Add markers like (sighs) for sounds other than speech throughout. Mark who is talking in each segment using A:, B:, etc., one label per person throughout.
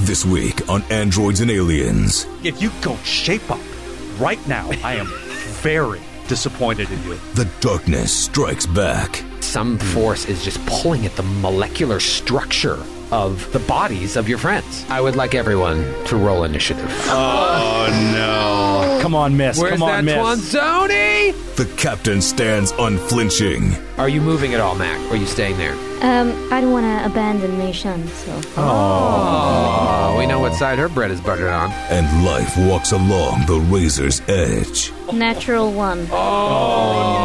A: This week on Androids and Aliens.
B: If you don't shape up right now, I am very disappointed in you.
A: The darkness strikes back.
C: Some force is just pulling at the molecular structure of the bodies of your friends. I would like everyone to roll initiative.
B: Come on, miss.
C: Where's
B: Come on,
C: that
B: miss.
C: Swanzoni?
A: The captain stands unflinching.
C: Are you moving at all, Mac? Or are you staying there?
D: Um, I don't want to abandon Meishan, so.
C: Oh, we know what side her bread is buttered on.
A: and life walks along the razor's edge.
D: Natural one.
E: Oh,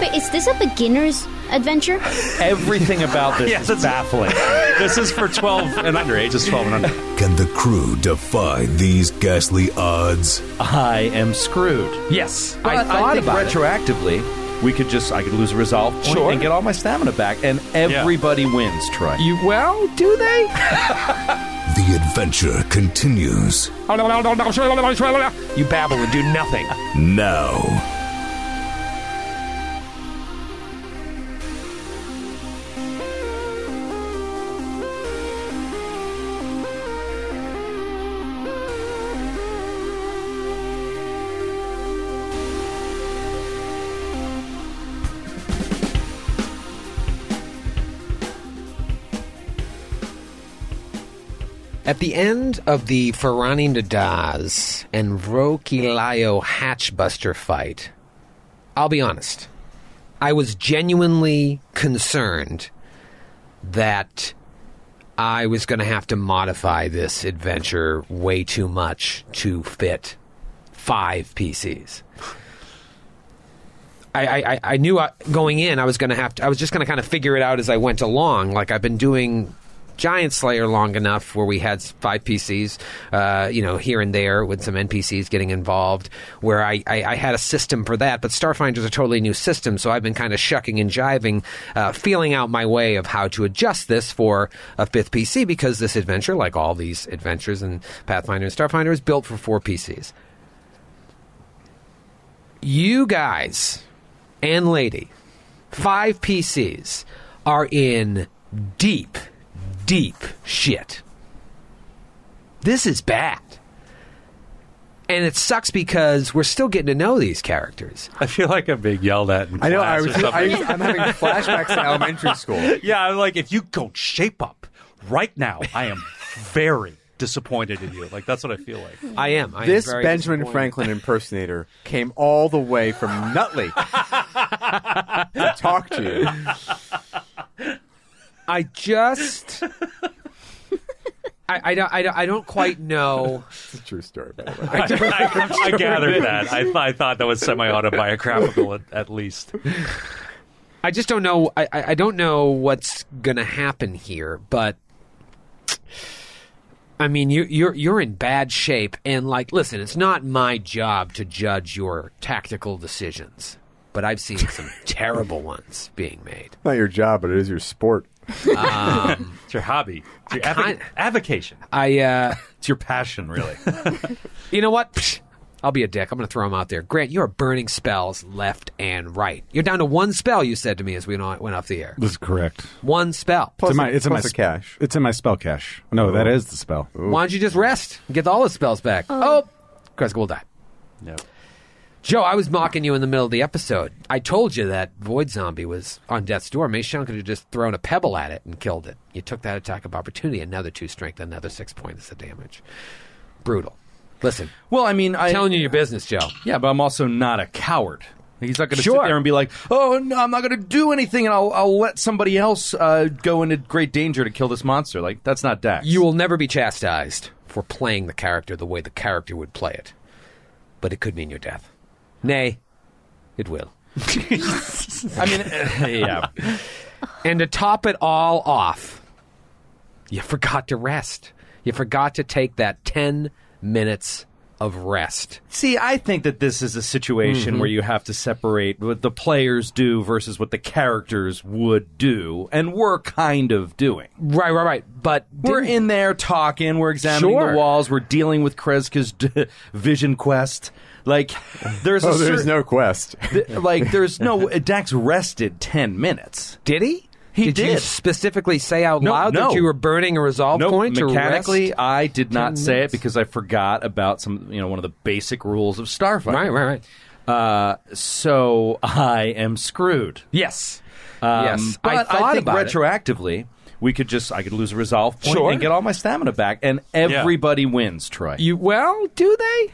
D: But is this a beginner's adventure? Oh,
F: Everything
C: (laughs)
F: about this
B: Yes,
F: is
B: it's-
F: baffling.
B: This is for 12 and under. Ages 12 and under.
A: Can the crew defy these ghastly odds?
F: I am screwed.
B: Yes.
C: Oh, I thought
F: think
C: about it.
F: retroactively, we could just I could lose a resolve point
C: Sure.
F: and get all my stamina back, and everybody wins. Troy,
C: You well, do they?
A: The adventure continues
C: You babble and do nothing.
A: now.
C: At the end of the Ferrani Nadaz and Rokilayo Hatchbuster fight, I'll be honest. I was genuinely concerned that I was going to have to modify this adventure way too much to fit five PCs. I, I, I- I knew I, going in I was going to have to, I was just going to kind of figure it out as I went along. Like I've been doing Giant Slayer long enough where we had s- five PCs, uh, you know, here and there with some NPCs getting involved, where I, I, I had a system for that. But Starfinder's a totally new system, so I've been kind of shucking and jiving, uh, feeling out my way of how to adjust this for a fifth PC because this adventure, like all these adventures in Pathfinder and Starfinder, is built for four PCs you guys and lady, five PCs, are in deep, deep shit. This is bad. And it sucks because we're still getting to know these characters.
B: I feel like I'm being yelled at. In
E: I know. I
B: class
E: was,
B: or something.
E: I was, I'm having flashbacks to elementary school.
B: yeah, I'm like, if you don't shape up right now, I am very disappointed in you. Like, that's what I feel like.
C: I am. I am
E: This
C: very
E: Benjamin
C: disappointed.
E: Franklin impersonator came all the way from Nutley to talk to you.
C: I (laughs) just. I, I, don't, I, don't, I don't quite know.
E: It's a true story. By the way.
B: I, I- I gathered that. I, th- I thought that was semi autobiographical at, at least.
C: I just don't know. I, I I don't know what's gonna happen here, but I mean, you, you're you're in bad shape. And like, listen, it's not my job to judge your tactical decisions, but I've seen some terrible ones being made.
E: Not your job, but it is your sport.
B: It's your hobby, it's your avoc-
C: kind-
B: avocation,
C: I, uh,
B: it's your passion, really.
C: you know what? Psh, I'll be a dick. I'm gonna throw them out there. Grant, you are burning spells left and right. You're down to one spell. You said to me as we went went off the air.
G: This is correct.
C: One spell.
E: Plus,
G: in my-
E: a,
G: it's in my
E: plus a
G: sp-
E: cash.
G: It's in my spell cache. No, that is the spell.
C: Why don't you just rest? and Get all the spells back. Oh, Kreska will die.
B: no.
C: Joe, I was mocking you in the middle of the episode. I told you that Void Zombie was on death's door. Meishan could have just thrown a pebble at it and killed it. You took that attack of opportunity, another two strength, another six points of damage. Brutal. Listen,
F: Well, I mean, I,
C: telling you your business, Joe.
F: Yeah, but I'm also not a coward. He's not going to
C: Sure.
F: sit there and be like, "Oh, no, I'm not going to do anything, and I'll, I'll let somebody else uh, go into great danger to kill this monster." Like that's not Dax. (laughs)
C: You will never be chastised for playing the character the way the character would play it, but it could mean your death. Nay, it will.
F: I mean, (laughs) yeah.
C: And to top it all off, you forgot to rest. You forgot to take that 10 minutes of rest.
F: See, I think that this is a situation where you have to separate what the players do versus what the characters would do, and we're kind of doing.
C: Right, right, right. But
F: We're
C: didn't-
F: in there talking. We're examining
C: Sure.
F: the walls. We're dealing with Kreska's d- (laughs) vision quest. Like,
C: (laughs)
F: there's a
E: Oh, there's
F: cer-
E: no quest.
F: Th- like there's no Dax rested 10 minutes.
C: Did he?
F: He
C: you
F: did.
C: specifically say out
F: No,
C: loud
F: no.
C: that you were burning a resolve
F: Nope,
C: point to
F: mechanically,
C: rest?
F: I did not
C: Ten
F: say it
C: minutes.
F: because I forgot about some, you know, one of the basic rules of Starfighter.
C: Right, right, right.
F: Uh, so I am screwed.
C: Yes.
F: Um,
C: yes.
F: but
C: I thought
F: think
C: about it.
F: retroactively, we could just I could lose a resolve point
C: Sure.
F: and get all my stamina back, and everybody wins. Troy,
C: You well, do
F: (laughs)
C: they?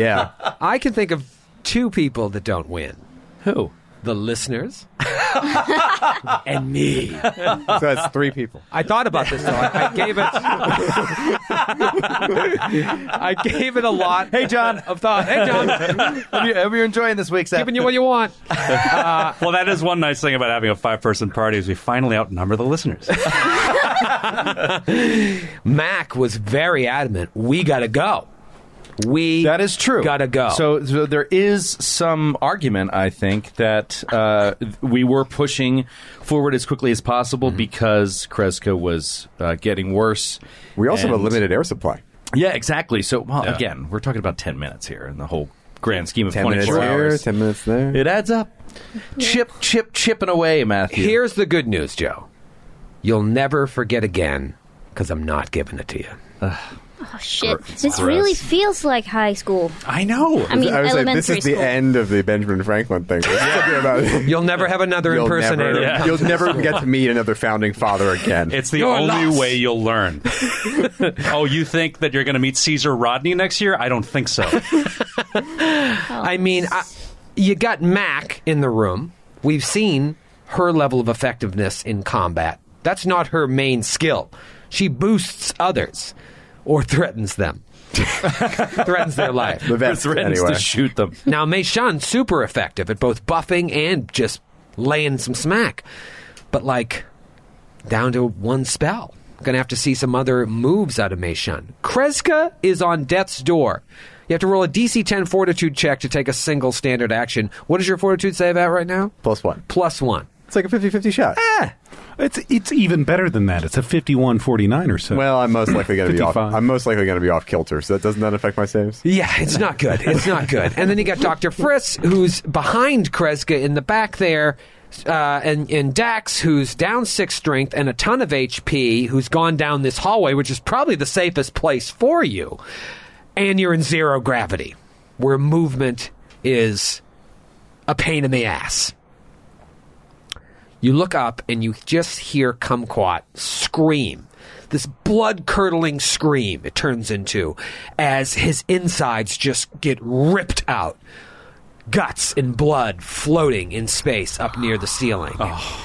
E: Yeah.
C: I can think of two people that don't win.
F: who?
C: The listeners and me.
E: so that's three people.
C: I thought about this though. I, I gave it. I (laughs) gave it a lot. Hey John, of thought. Hey
F: (laughs)
C: John,
E: Hope you- hope you're enjoying this week's
C: giving you what you want.
B: (laughs) Well, that is one nice thing about having a five-person party is we finally outnumber the listeners.
C: Mac was very adamant. We gotta go. We
F: That is true.
C: Gotta go.
F: So, so there is some argument, I think, that uh, we were pushing forward as quickly as possible
E: Mm-hmm.
F: because Kreska was uh, getting worse.
E: We also have a
F: And-
E: limited air supply.
F: Yeah, exactly. So, well, again, we're talking about ten minutes here in the whole grand scheme of
E: Ten minutes
F: twenty-four
E: here,
F: hours.
E: ten minutes there.
F: It adds up. Chip, chip, chipping away, Matthew.
C: here's the good news, Joe. You'll never forget again because I'm not giving it to you.
D: Oh shit! This really feels like high school.
B: (laughs) I know.
D: I mean,
E: I was like,
D: elementary
E: this is the
D: school.
E: end of the Benjamin Franklin thing. Yeah.
C: You'll never have another
E: You'll
C: impersonator.
E: never, you'll never get to meet another founding father
B: (laughs)
E: again.
B: It's the
C: You're
B: only
C: lost.
B: way you'll (laughs) learn. oh, you think that you're going to meet Caesar Rodney next year? I don't think (laughs) so.
C: I mean, I, you got Mac in the room. We've seen her level of effectiveness in combat. That's not her main skill. She boosts others or threatens them, (laughs) threatens their life.
E: the best,
F: threatens
E: anyway.
F: to shoot them.
C: Now, Mei Shan, super effective at both buffing and just laying some smack. But, like, down to one spell. Gonna have to see some other moves out of Mei Shun. Kreska is on death's door. You have to roll a DC 10 fortitude check to take a single standard action. What is your fortitude save at right now?
E: Plus one.
C: Plus one.
E: It's like a 50-50 shot.
G: It's it's even better than that. It's a fifty-one forty-nine or so.
E: Well, I'm most likely going to be off.
G: 55.
E: I'm most likely going to be off kilter, so that doesn't that affect my saves?
C: (laughs) Yeah, it's not good. It's not good. And then you got Dr. Fritz, who's behind Kreska in the back there, uh, and, and Dax, who's down six strength and a ton of HP, who's gone down this hallway, which is probably the safest place for you. And you're in zero gravity, where movement is a pain in the ass. You look up and you just hear Kumquat scream. This blood curdling scream, it turns into, as his insides just get ripped out. Guts and blood floating in space up near the ceiling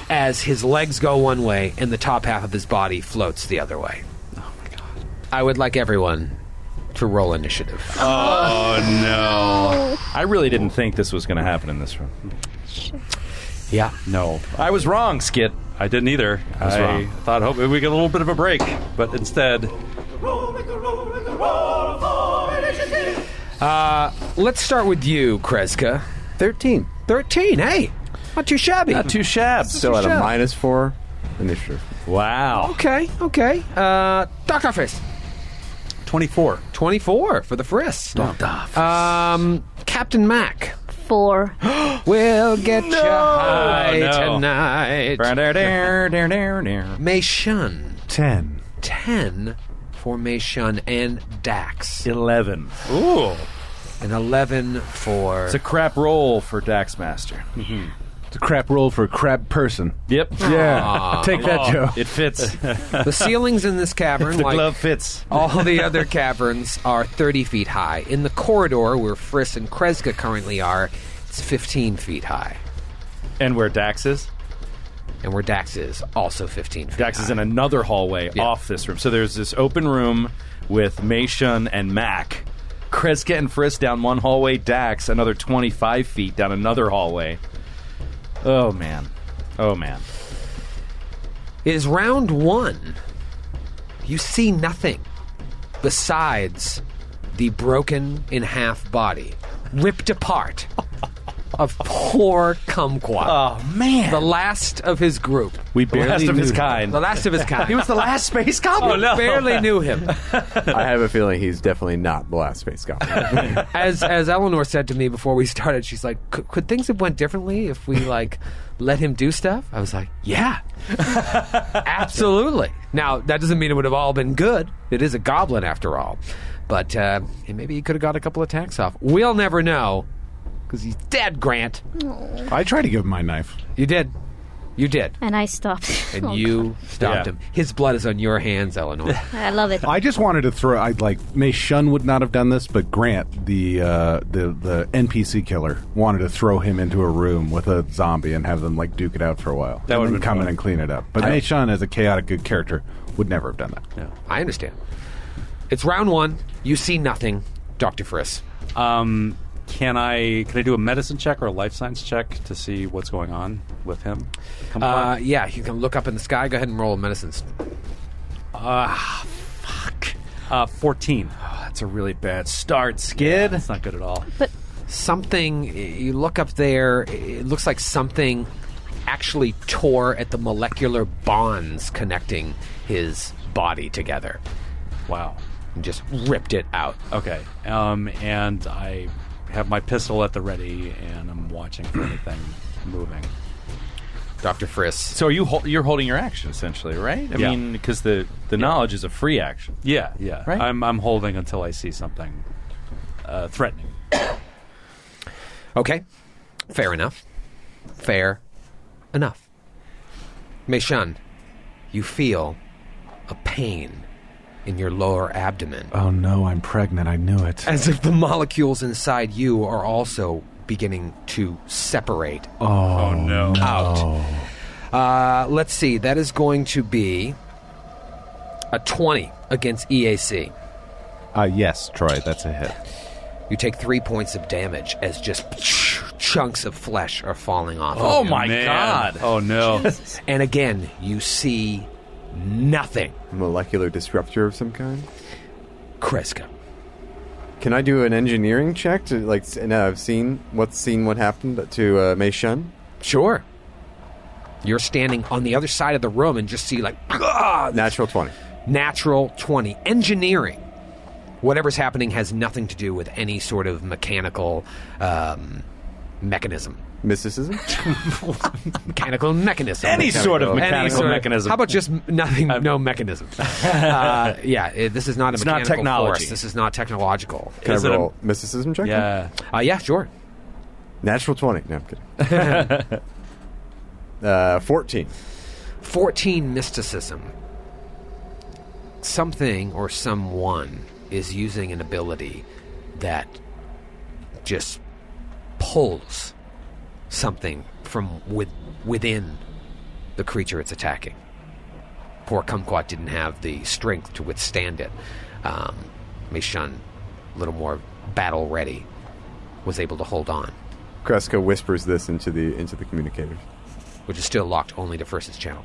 C: as his legs go one way and the top half of his body floats the other way. Oh my god. I would like everyone to roll initiative.
F: I really didn't think this was going to happen in this room.
C: yeah.
B: No,
F: I was wrong, Skit.
B: I didn't either. I
F: wrong.
B: thought hope we get a little bit of a break, but instead,
C: Let's start with you, Kreska.
E: 13.
C: 13, hey! Not too shabby.
F: Not too shabs.
E: So at a
C: shot.
E: minus four initiative.
F: wow.
C: Okay, okay. Uh, Dr. Fist.
B: 24.
C: 24 for the Frisk. Um, Captain Mac.
D: Four.
C: We'll get you high
F: Oh, no.
C: tonight.
F: Dun-dun-dun-dun-dun.
C: May Shun.
G: ten.
C: 10 for May Shun and Dax.
F: Eleven.
B: Ooh.
C: And 11 for...
F: It's a crap roll for Daxmaster.
G: It's a crap roll for a crap person.
F: Yep.
G: Yeah, take
B: Oh.
G: that, Joe.
F: It (laughs) fits.
C: the ceilings in this cavern,
F: the
C: like
F: glove fits.
C: all the other caverns, are 30 feet high. In the corridor where Frisk and Kreska currently are, it's 15 feet high.
F: And where Dax is?
C: And where Dax is, also 15 feet
F: Dax
C: high.
F: is in another hallway
C: Yeah.
F: off this room. So there's this open room with Meishun and Mac. Kreska and Frisk down one hallway, Dax another 25 feet down another hallway. Oh, man. Oh, man.
C: It is round one. You see nothing
F: (laughs)
C: besides the broken in half body, ripped apart of poor Kumquat.
F: Oh man,
C: the last of his group.
F: we barely
G: last of
F: knew
G: his
F: him.
G: kind.
C: The last of his kind.
F: He was the Oh, last space (laughs) goblin.
C: We barely knew him.
E: I have a feeling he's definitely not the last space goblin.
G: (laughs)
C: As as Eleanor said to me before we started, she's like, "Could, could things have went differently if we like let him do stuff?" I was like, "Yeah, absolutely." Now that doesn't mean it would have all been good. It is a goblin after all, but uh, and maybe he could have got a couple of attacks off. We'll never know because he's dead. Grant,
G: I tried to give him my knife.
C: you did, you did,
D: And I stopped.
C: and
E: (laughs)
D: Oh,
C: you stopped
F: Yeah.
C: him. His blood is on your hands, Eleanor.
D: God. I love it.
G: I just wanted to throw. I like May Shun would not have done this, but Grant, the uh, the the NPC killer, wanted to throw him into a room with a zombie and have them like duke it out for a while.
B: That
G: and
B: would've
G: then
B: been
G: come
B: fun.
G: in and clean it up. But May Shun, as a chaotic good character, would never have done that.
C: I understand. It's round one. You see nothing, Doctor Friss.
B: Um, can I can I do a medicine check or a life science check to see what's going on with him? Come
C: Uh,
B: on.
C: yeah, you can look up in the sky. Go ahead and roll medicines.
B: Uh, fourteen.
F: That's a really bad start, Skid.
B: That's not good at all.
C: Something you look up there. It looks like something actually tore at the molecular bonds connecting his body together
B: Wow.
C: and just ripped it out. Oh,
B: Okay. Um, and I have my pistol at the ready, and I'm watching for anything moving.
C: Doctor Friss.
F: So are you hol- you're holding your action essentially, right? I
B: Yeah.
F: mean, because the the knowledge is a free action.
B: Yeah, yeah.
F: Right?
B: I'm I'm holding until I see something uh, threatening.
C: Okay, fair enough. Fair enough. Meishan, you feel a pain in your lower abdomen.
G: Oh no, I'm pregnant. I knew it.
C: As if the molecules inside you are also beginning to separate
B: Oh, no.
C: out. Uh, let's see, that is going to be a 20 against E EAC.
G: Uh, yes, Troy, that's a hit.
C: You take three points of damage as just chunks of flesh are falling off.
F: Oh,
C: of you.
F: my God.
B: Oh no.
C: And again, you see nothing.
E: Molecular disruptor of some kind.
C: Kreska.
E: Can I do an engineering check to like? s- No, I've seen what's seen what happened to uh, Mei Shun.
C: Sure. You're standing on the other side of the room and just see like ah,
E: Natural twenty.
C: natural 20 engineering whatever's happening has nothing to do with any sort of mechanical um, mechanism
E: Mysticism.
C: mechanical mechanism
F: Any sort of
E: Any
F: mechanical
C: Any sort of-
F: mechanism.
C: how about just m-
F: (laughs)
C: nothing no mechanism uh, yeah it- this is not a
F: It's not
C: mechanical
F: technology.
C: force. this is not technological
E: Can
B: Is
E: I
B: it a-
E: roll mysticism check?
B: yeah.
C: uh, yeah sure
E: Natural twenty. No, I'm kidding.
G: (laughs)
E: uh, Fourteen.
C: 14 mysticism something or someone is using an ability that just pulls something from with, within the creature it's attacking poor kumquat didn't have the strength to withstand it um, mishun a little more battle ready was able to hold on
E: Kreska whispers this into the into the communicator.
C: which is still locked only to First's channel.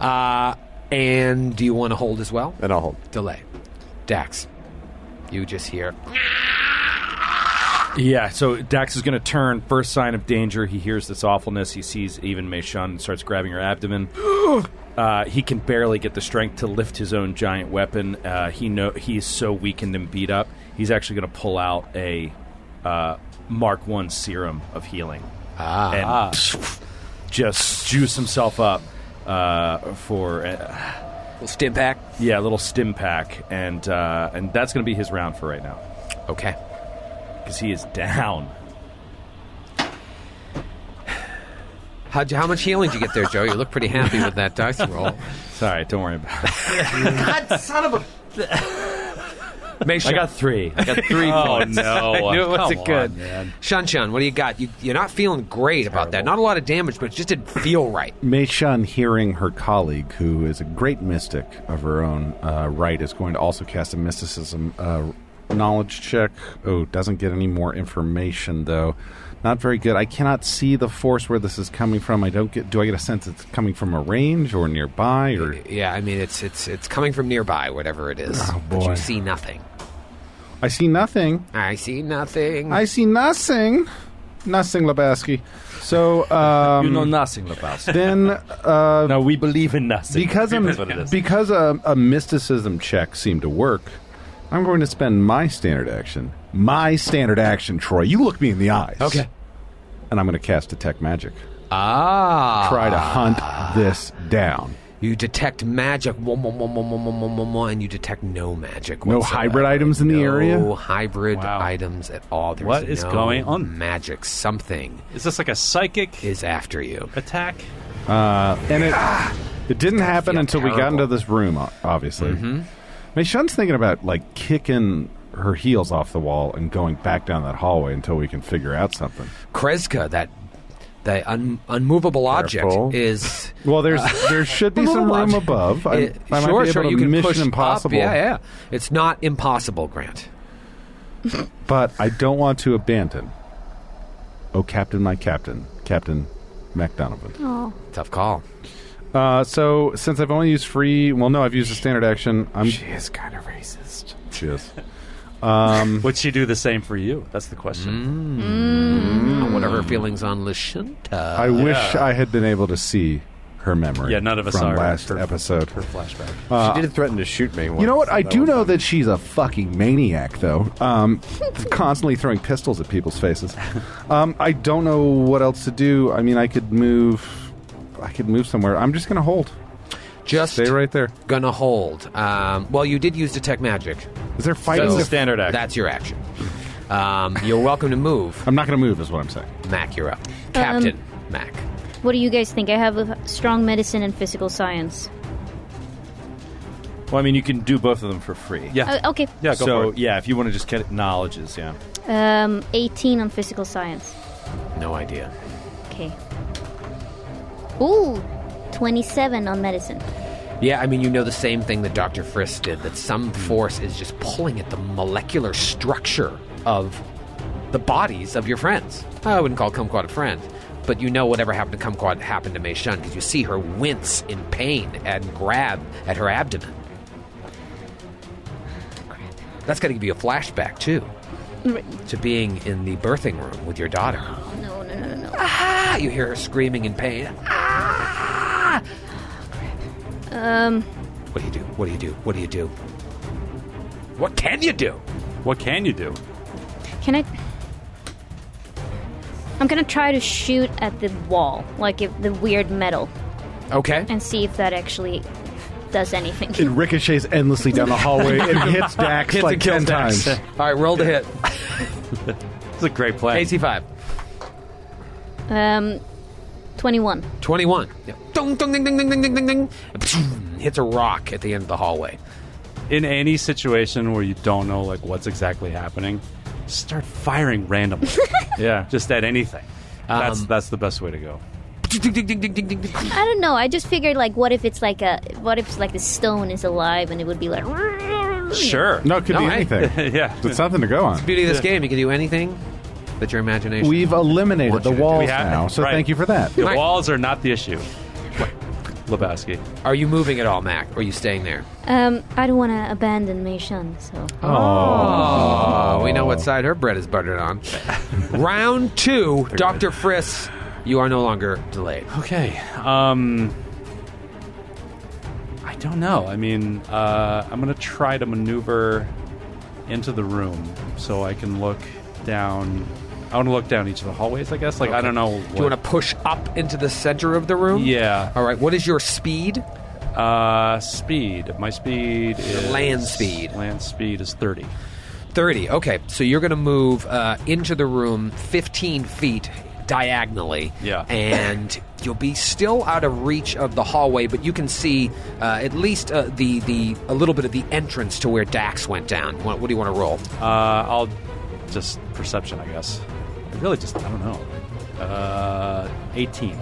C: uh, and do you want to hold as well?
E: And I'll hold.
C: Delay. Dax, you just hear.
F: Yeah, so Dax is going to turn. First sign of danger, he hears this awfulness. He sees even Mei Shun and starts grabbing her (gasps) abdomen. Uh, he can barely get the strength to lift his own giant weapon. Uh, he know he is so weakened and beat up. He's actually going to pull out a uh, Mark One serum of healing
C: Ah.
F: and just juice himself up uh, for uh,
C: Well, stim pack.
F: yeah, a little stim pack, and uh, and that's going to be his round for right now
C: Okay.
F: because he is down.
C: How, how much healing did you get there, Joe? You look pretty happy with that dice roll.
F: Sorry, don't worry about it.
C: Make sure.
F: I got three. I (laughs) got three points.
B: no. I
C: knew it wasn't good. Shun Shun, what do you got? You, you're not feeling great about that. Not a lot of damage, but it just didn't feel right.
G: Mei Shun, hearing her colleague, who is a great mystic of her own uh, right, is going to also cast a mysticism uh, knowledge check. Oh, doesn't get any more information though. Not very good. I cannot see the force where this is coming from. I don't get. Do I get a sense it's coming from a range or nearby or?
C: Yeah, I mean it's it's it's coming from nearby, whatever it is.
G: Oh,
C: But you
G: boy.
C: see nothing.
G: I see nothing.
C: I see nothing.
G: I see nothing. Nothing, Lebowski. So um, (laughs)
F: you know nothing about it.
G: then uh,
F: No, we believe in nothing.
G: because a,
F: That's what it is.
G: because a, a mysticism check seemed to work, I'm going to spend my standard action. My standard action, Troy. You look me in the eyes.
F: Okay.
G: And I'm going to cast detect magic.
C: ah,
G: Try to hunt this down.
C: You detect magic, wah, wah, wah, wah, wah, wah, wah, wah, wah, and you detect no magic.
G: No
C: whatsoever.
G: hybrid items in the area?
C: No hybrid
B: Wow.
C: items at all. There's
B: What is
C: no
B: going on?
C: Magic. Something
B: Is this like a psychic
C: is after you.
B: attack?
G: And it it didn't happen
C: feel
G: until we got
C: terrible. Mm-hmm.
G: into this room, o- obviously. Meishan's thinking about like kicking her heels off the wall and going back down that hallway until we can figure out something.
C: Kreska, that that un, unmovable object
E: Careful.
C: is.
G: (laughs) Well,
C: (laughs)
G: there's there should be some room
C: Unmovable object.
G: above. I,
C: It-
G: I
C: Eh,
G: might
C: sure,
G: be able
C: sure.
G: to
C: you can
G: Mission
C: push up.
G: Impossible.
C: Yeah, yeah. It's not impossible, Grant.
G: But I don't want to abandon. Oh, Captain, my Captain, Captain MacDonovan.
D: Oh,
C: Tough call.
G: Uh, so since I've only used free, well, no, I've used a standard action. I'm
E: is kind of racist. (laughs) Uh,
G: cheers.
B: Would she do the same for you? That's the question.
C: Uh,
G: Hmm.
C: Whatever feelings on Lashunta.
G: I wish I had been able to see her memory.
B: Yeah, none of us
G: from
B: are.
G: last
B: Her-
G: episode.
B: Her flashback.
E: she did threaten to shoot me. Once,
G: Uh, You know what? I
E: That
G: do
E: was-
G: know that she's a fucking maniac, though. Um, constantly throwing pistols at people's
B: (laughs)
G: faces. Um, I don't know what else to do. I mean, I could move. I could move somewhere. I'm just gonna hold.
C: Just
G: Stay right there.
C: gonna hold. Um, well, you did use detect magic.
G: Is there fighting?
F: That's
G: to-
F: a standard action.
C: That's your action. Um, you're welcome to
G: (laughs)
C: move.
G: I'm not gonna move. Is what I'm saying.
C: Mac, you're up. Captain Mac.
D: what do you guys think? I have a strong medicine and physical science.
F: well, I mean, you can do both of them for free.
B: Yeah.
D: Uh, okay,
B: yeah, go
F: so
B: for it.
F: yeah, if you want to just get knowledges, yeah.
D: um, 18 on physical science.
C: No idea.
D: Okay. Ooh, 27 on medicine.
C: Yeah, I mean, you know the same thing that Dr. Frisk did that some force is just pulling at the molecular structure of the bodies of your friends. I wouldn't call Kumquat a friend, but you know whatever happened to Kumquat happened to Mei Shun because you see her wince in pain and grab at her abdomen. That's got to give you a flashback, too, to being in the birthing room with your daughter.
D: No, no, no, no, no.
C: Ah, you hear her screaming in pain. Ah!
D: Um,
C: What do you do? What do you do? What do you do? What can you do?
B: What can you do?
D: Can I? I'm gonna try to shoot at the wall, like if the weird metal,
C: Okay.
D: and see if that actually does
G: It
D: anything.
G: ricochets endlessly down
B: (laughs)
G: the hallway. it hits Dax
B: Hits
G: like
B: and kills
G: ten
B: Dax.
G: times.
C: All right, roll to hit.
B: It's a great play.
C: AC five.
D: (laughs) Um, 21.
C: Twenty one. Dong dong ding ding ding ding ding ding ding. Pshum, Hits a rock at the end of the hallway.
B: in any situation where you don't know like what's exactly happening, start firing randomly,
F: (laughs) Yeah.
B: just at anything. That's
C: Um,
B: that's the best way to go.
C: Ding ding ding ding ding ding. ding.
D: I don't know. I just figured, like, what if it's like a, what if like the stone is alive and it would be like,
B: Sure.
G: No, it could
C: No,
G: be
C: hey.
B: (laughs)
G: anything.
B: Yeah.
G: It's something to go on.
C: Beauty of this game, you can do anything that your imagination.
G: (laughs) We've eliminated the
C: We
G: walls
B: have-
G: now, so
B: right.
G: thank you for that.
B: The
C: Right.
B: walls are not the issue. Lebowski.
C: Are you moving at all, Mac? Or are you staying there?
D: Um, I don't want to abandon Mei Shun, so.
C: Oh, we know what side her bread is
B: (laughs)
C: buttered on. Round two, Doctor Friss, you are no longer delayed.
B: Okay. Um I don't know. I mean, uh, I'm going to try to maneuver into the room so I can look down. I want to look down each of the hallways, I guess. Like, I don't know.
C: Do you want to push up into the center of the room?
B: Yeah.
C: All right. What is your speed?
B: Uh, speed. My speed is
C: land speed.
B: Land speed is thirty.
C: 30. Okay, so you're going to move uh, into the room 15 feet diagonally.
B: Yeah.
C: And you'll be still out of reach of the hallway, but you can see uh, at least uh, the, the a little bit of the entrance to where Dax went down. What, what do you want to roll?
B: Uh, I'll just perception, I guess. I really just I don't know. Uh, eighteen.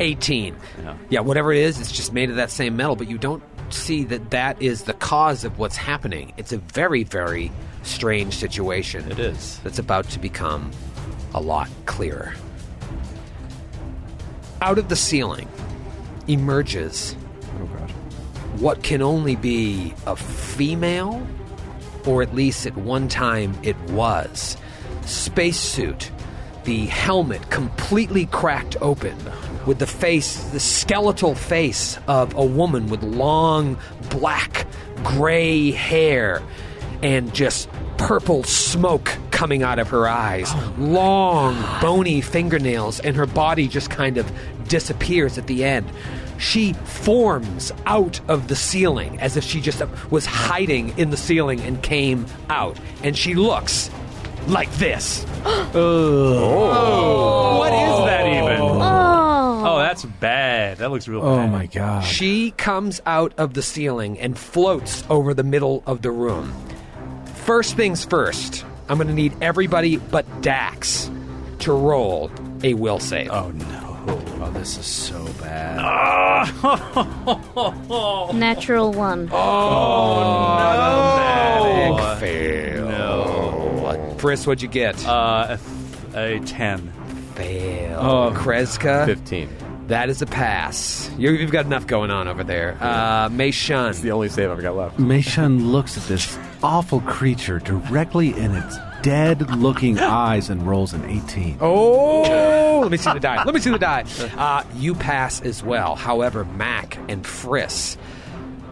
C: 18.
B: Yeah.
C: whatever it is, it's just made of that same metal, but you don't see that that is the cause of what's happening. It's a very, very strange situation.
B: It is.
C: that's about to become a lot clearer. Out of the ceiling emerges
E: Oh, God.
C: what can only be a female, or at least at one time it was, spacesuit, the helmet completely cracked open, with the face, the skeletal face of a woman with long black gray hair and just purple smoke coming out of her eyes. Long, bony fingernails, and her body just kind of disappears at the end. She forms out of the ceiling as if she just was hiding in the ceiling and came out. And she looks like this.
B: What is that even?
D: Oh.
B: Oh, that's bad. That looks real bad.
F: Oh god.
C: She comes out of the ceiling and floats over the middle of the room. First things first, I'm going to need everybody but Dax to roll a will save.
F: Oh no. Oh, this is so bad.
D: Natural one.
B: Oh,
C: fail.
B: no.
C: Chris, what'd you get?
B: Uh, a, th- a 10.
C: fail.
B: um,
C: Oh, Kreska,
E: 15.
C: that is a pass. you you've got enough going on over there. Uh, Mei Shun.
E: It's the only save I've got left.
G: Meishan looks at this awful creature directly in its dead
B: (gasps)
G: looking eyes and rolls an 18.
E: (laughs)
C: Oh, let me see the die. Let me see the die. Uh, you pass as well. However, Mac and Friss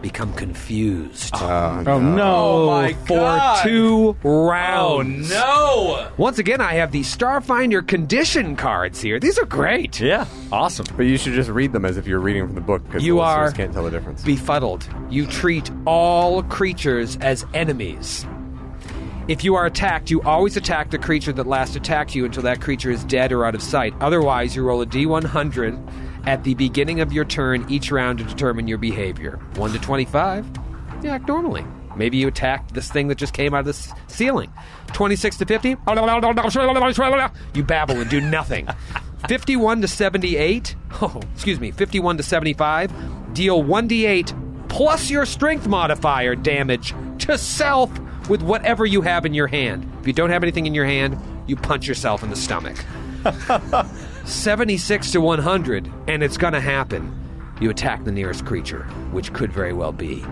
C: become confused
E: Uh,
G: Oh, no.
C: for two
E: Oh,
C: rounds.
B: No!
C: Once again, I have the Starfinder condition cards here. These are great.
F: Yeah. Awesome.
E: But you should just read them as if you're reading from the book because
C: You
E: the listeners
C: are-
E: can't tell the difference.
C: befuddled. You treat all creatures as enemies. If you are attacked, you always attack the creature that last attacked you until that creature is dead or out of sight. Otherwise, you roll a d100 at the beginning of your turn each round to determine your behavior. 1 to 25, you act normally. Maybe you attacked this thing that just came out of the s- ceiling. 26 to 50, you babble and do nothing. 51 to 78, oh, excuse me, 51 to 75, deal 1d8 plus your strength modifier damage to self with whatever you have in your hand. If you don't have anything in your hand, you punch yourself in the stomach. 76 to 100, and it's going to happen. You attack the nearest creature, which could very well be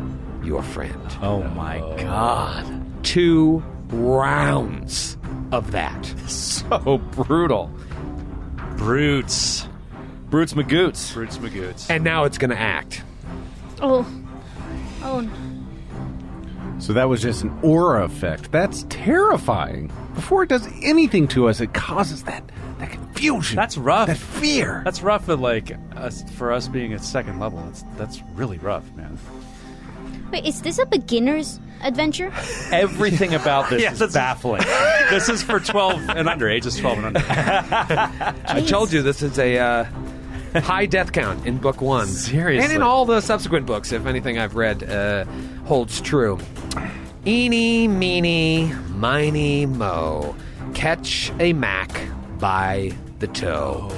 C: your friend.
F: Oh my god.
C: Two rounds of that.
F: So brutal.
B: Brutes.
F: Brutes Magoots.
B: Brutes Magoots.
C: And now it's going to act.
D: Oh. Oh.
G: So that was just an aura effect. That's terrifying. Before it does anything to us, it causes that, that confusion.
B: That's rough.
G: That fear.
B: That's rough for like us for us being at second level. That's that's really rough, man.
D: Wait, is this a beginner's adventure?
F: Everything about (laughs) this
B: Yes,
F: is
B: that's-
F: baffling.
B: this is for twelve (laughs) and under, ages twelve and under.
C: I told you this is a uh, high death count in book one.
F: Seriously.
C: And in all the subsequent books, if anything I've read uh, holds true. Eeny, meeny, miny, mo. Catch a Mac by the toe.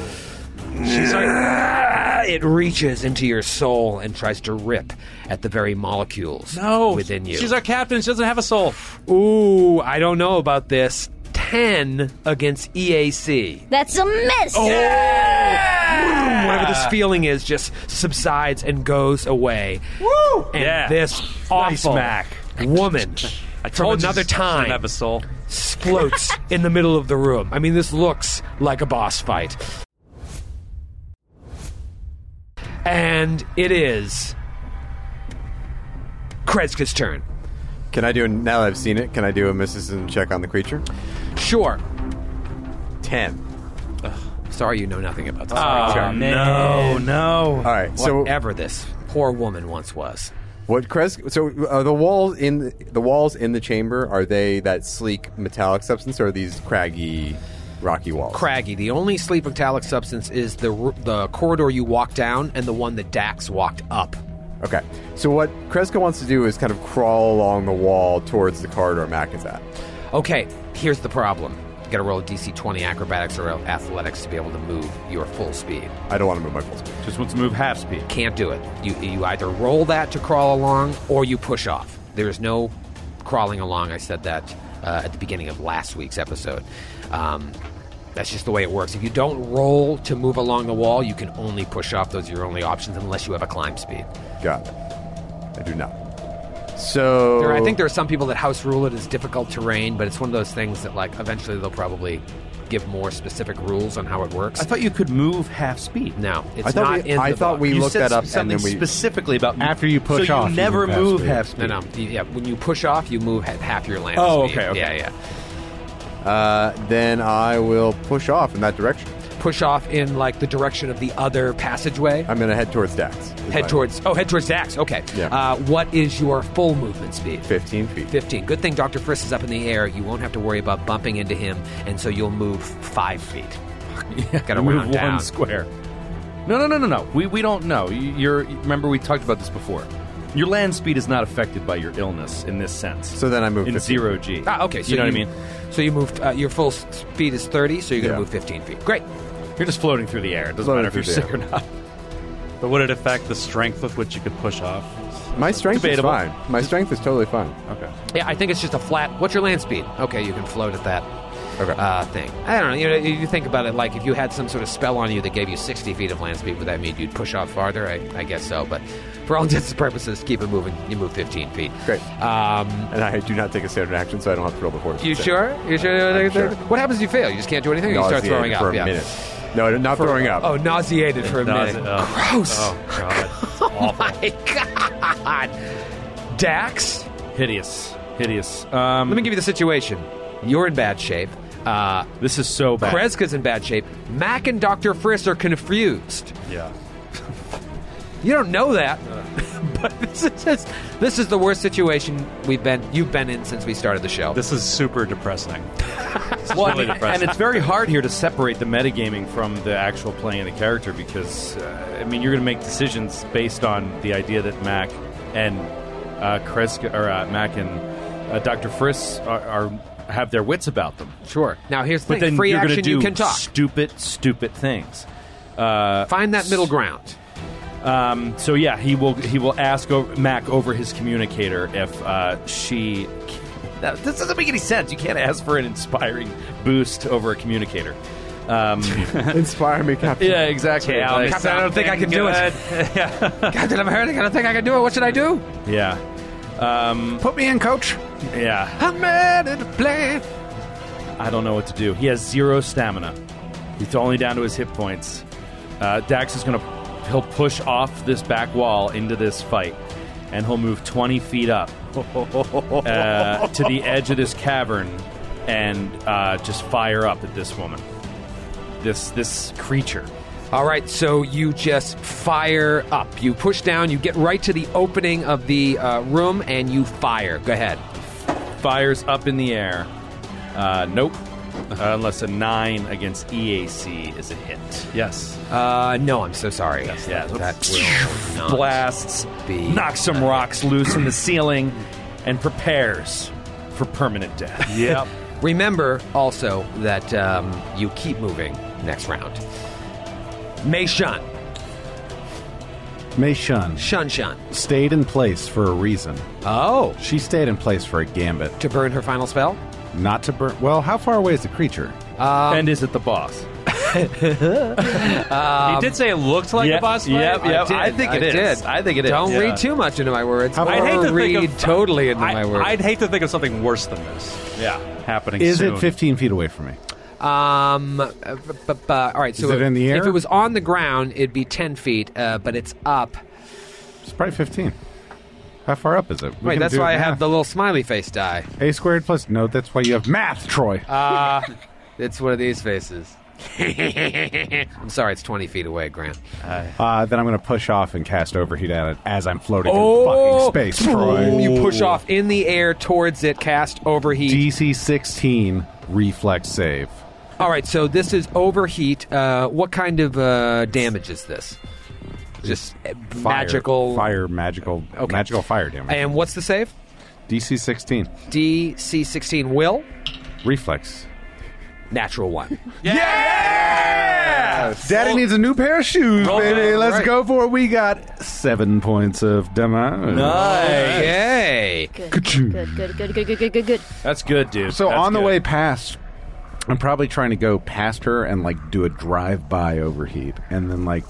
C: She's like, "Ah!" it reaches into your soul and tries to rip at the very molecules within you.
B: She's our captain. She doesn't have a soul.
C: Ooh, I don't know about this. 10 against E EAC.
D: That's a miss!
C: Boom, whatever this
B: Ah.
C: feeling is just subsides and goes away. Woo! And
B: Yeah.
C: this awful
B: Mac.
C: woman
B: (laughs) I
C: from
B: told you
C: another
B: she doesn't
C: time
B: have a soul. (laughs)
C: floats in the middle of the room. I mean, this looks like a boss fight. And it is Kreska's turn.
E: Can I do, a, now that I've seen it, can I do a mysticism check on the creature?
C: Sure.
E: 10.
C: Sorry you know nothing about this.
B: Oh,
F: no, no.
E: All right, so
C: Whatever this poor woman once was.
E: What Kresk? So are the walls in the walls in the chamber are they that sleek metallic substance or are these craggy, rocky walls?
C: craggy. The only sleep metallic substance is the r- the corridor you walk down and the one that Dax walked up.
E: Okay. So what Kreska wants to do is kind of crawl along the wall towards the corridor Mac is at.
C: Okay, here's the problem. You gotta roll a DC 20 acrobatics or athletics to be able to move your full speed.
E: I don't want to move my full speed.
F: Just wants to move half speed.
C: Can't do it. You, you either roll that to crawl along or you push off. There is no crawling along. I said that uh, at the beginning of last week's episode. Um, that's just the way it works. If you don't roll to move along the wall, you can only push off. Those are your only options unless you have a climb speed.
E: Got it. I do not. So
C: There, I think there are some people that house rule it as difficult terrain, but it's one of those things that like eventually they'll probably give more specific rules on how it works.
F: I thought you could move half speed.
C: no, it's
E: I thought
C: not
E: we,
C: in
E: I
C: the
E: thought
C: book.
E: we
F: you
E: looked
F: said
E: that up and
F: something
E: then we
F: specifically about
G: After you push
F: so
G: off,
F: You
G: you
F: never
G: move half
F: move
G: speed.
F: half speed.
C: No, no. you- Yeah, when you push off, you move ha- half your land.
F: Oh,
C: speed.
F: okay, okay.
C: Yeah, yeah.
E: uh, then I will push off in that direction.
C: Push off in like the direction of the other passageway.
E: I'm gonna head towards Dax. is my-
C: head towards. Oh, head towards Dax. Okay.
E: Yeah.
C: Uh, what is your full movement speed?
E: fifteen feet.
C: 15. Good thing Dr. Friss is up in the air. You won't have to worry about bumping into him, and so you'll move five feet.
F: (laughs)
C: Gotta
F: move
C: round
F: one
C: down.
F: square. No, no, no, no, no. We, we don't know. You- You're remember we talked about this before. Your land speed is not affected by your illness in this sense.
E: So then I move
F: in
E: 15.
F: zero g.
C: Ah, okay. So
F: you know what I mean.
C: So you moved. Uh, your full s- speed is thirty, so you're going to
E: Yeah.
C: move fifteen feet. Great.
F: You're just floating through the air. It doesn't
E: Floating
F: matter if you're
E: through the
F: sick or not.
B: But would it affect the strength with which you could push off?
E: My strength
F: Debatable.
E: is fine. My strength is totally fine.
B: Okay.
C: Yeah, I think it's just a flat. What's your land speed? Okay, you can float at that.
E: Okay.
C: Uh, thing. I don't know. You know, you think about it like if you had some sort of spell on you that gave you sixty feet of land speed, would that mean you'd push off farther? I, I guess so. But for all (laughs) intents and purposes, keep it moving. You move fifteen feet.
E: Great.
C: Um,
E: And I do not take a standard action, so I don't have to roll the fortitude.
C: You
E: save.
C: sure? You sure?
E: I'm sure.
C: What happens if you fail? You just can't do anything. or
E: No,
C: you
E: I
C: start
E: was the
C: throwing
E: idiot
C: up
E: for
C: yeah.
E: a minute. No, not throwing up.
C: Oh, nauseated for a
B: Nause-
C: minute.
B: oh.
C: Gross.
B: Oh god.
E: Oh.
C: (laughs) My God. Dax,
F: (laughs) Hideous, hideous. Um,
C: let me give you the situation. You're in bad shape. Uh,
F: this is so bad.
C: Kreska's in bad shape. Mac and Dr. Friss are confused.
B: yeah.
C: You don't know that,
F: Uh.
C: (laughs) but this is just, this is the worst situation we've been you've been in since we started the show.
B: This is super depressing. (laughs) This is
F: Well,
B: really
F: and-
B: depressing.
F: and it's very hard here to separate the metagaming from the actual playing of the character because, uh, I mean, you're going to make decisions based on the idea that Mac and uh, Kreska, or uh, Mac and uh, Dr. Friss are, are have their wits about them.
C: sure. Now here's the
F: But
C: thing.
F: then
C: free
F: you're going to
C: action.
F: do
C: you can talk.
F: stupid, stupid things.
C: Find that middle
F: (laughs)
C: ground.
F: So yeah, he will he will ask o- Mac over his communicator if uh, she. Now, this doesn't make any sense. You can't ask for an inspiring boost over a communicator. Um,
E: (laughs) Inspire
C: (laughs)
E: me, Captain.
F: yeah, exactly. Like-
C: Captain, I don't think I can do it. Captain, I'm hurting. I don't think I can do it. What should I do?
F: Yeah, Um,
G: Put me in, coach.
F: yeah.
C: I'm mad at the plan.
F: I don't know what to do. He has zero stamina. He's only down to his hit points. Uh, Dax is gonna he'll push off this back wall into this fight, and he'll move twenty
C: (laughs)
F: feet up uh, to the edge of this cavern and uh, just fire up at this woman, this this creature.
C: All right, so you just fire up. You push down. You get right to the opening of the uh, room, and you fire. Go ahead.
F: fires up in the air. Uh, nope. Uh, unless a nine against EAC is a hit.
B: yes.
C: Uh, no, I'm so sorry.
F: yeah.
C: that will not.
F: blasts,
C: be
F: knocks some rocks loose in the ceiling, and prepares for permanent
G: (laughs)
F: death.
B: Yep.
C: Remember also that um, you keep moving next round. May shun,
G: Mei Shun
C: shun, shun.
G: stayed in place for a reason.
C: Oh,
G: She stayed in place for a gambit,
C: to burn her final spell.
G: not to burn. Well, how far away is the creature?
F: (laughs) and is it the boss?
B: he did say it looked like
F: yep,
B: a boss fight.
F: yep, yep.
C: did.
F: I think
C: I
F: it is.
C: did.
F: I think it is.
C: Don't
F: Yeah.
C: read too much into my words.
G: How
C: or
G: far-
B: I'd hate to
C: read
B: think of
C: totally into
B: I,
C: my words.
B: I'd hate to think of something worse than this
F: Yeah.
B: happening.
G: Is
B: soon.
G: it 15 feet away from me?
C: Um, uh, b- b- b- all right. So
G: Is it in the air?
C: If it was on the ground, it'd be ten feet, uh, but it's up.
G: It's probably 15. How far up is it? We
C: Wait,
G: can
C: that's
G: do
C: why I
G: math.
C: have the little smiley face die.
G: a squared plus. No, that's why you have math, Troy.
C: Uh, It's one of these
G: (laughs)
C: faces. I'm sorry, it's twenty feet away, Grant.
G: Uh, then I'm going to push off and cast overheat at it as I'm floating
C: Oh,
G: in fucking space, Troy.
C: You push off in the air towards it, cast overheat.
G: DC 16 reflex save.
C: All right, so this is overheat. Uh, what kind of uh, damage is this? Just uh,
G: Fire-
C: magical.
G: fire, magical,
C: Okay.
G: magical fire damage.
C: And what's the save?
G: DC 16
C: DC 16 will
G: reflex.
C: natural one.
G: (laughs) Daddy needs a new pair of shoes,
C: Roll
G: baby.
C: that,
G: Let's
C: right.
G: go for it. We got seven points of damage.
F: Nice.
C: Yay!
D: Good,
G: Ka-choo.
D: good, good, good, good, good, good, good, good.
F: That's good, dude.
G: So
F: That's
G: on the
F: good.
G: way past, I'm probably trying to go past her and like do a drive by overheat, and then like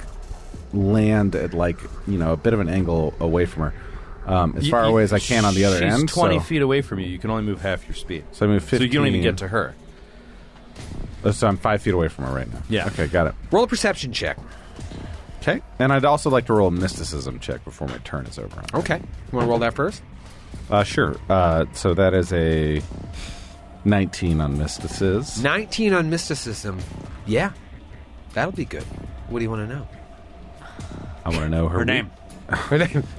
G: land at like you know a bit of an angle away from her. um, as
F: You-
G: far
F: you-
G: away as I can on the other
F: she's
G: end.
F: Twenty
G: so,
F: feet away from you, you can only move half your speed.
G: So I move
F: So you don't even
G: 15.
F: get to her.
G: Uh, So I'm five feet away from her right now.
F: Yeah.
G: Okay, got it.
C: Roll a perception check.
G: Okay, and I'd also like to roll a mysticism check before my turn is over.
C: Okay. You want to roll that first?
G: Uh, sure. Uh, so that is a 19 on mysticism.
C: 19 on mysticism. Yeah. That'll be good. What do you want to know?
G: I want to know (laughs) her,
B: Her name.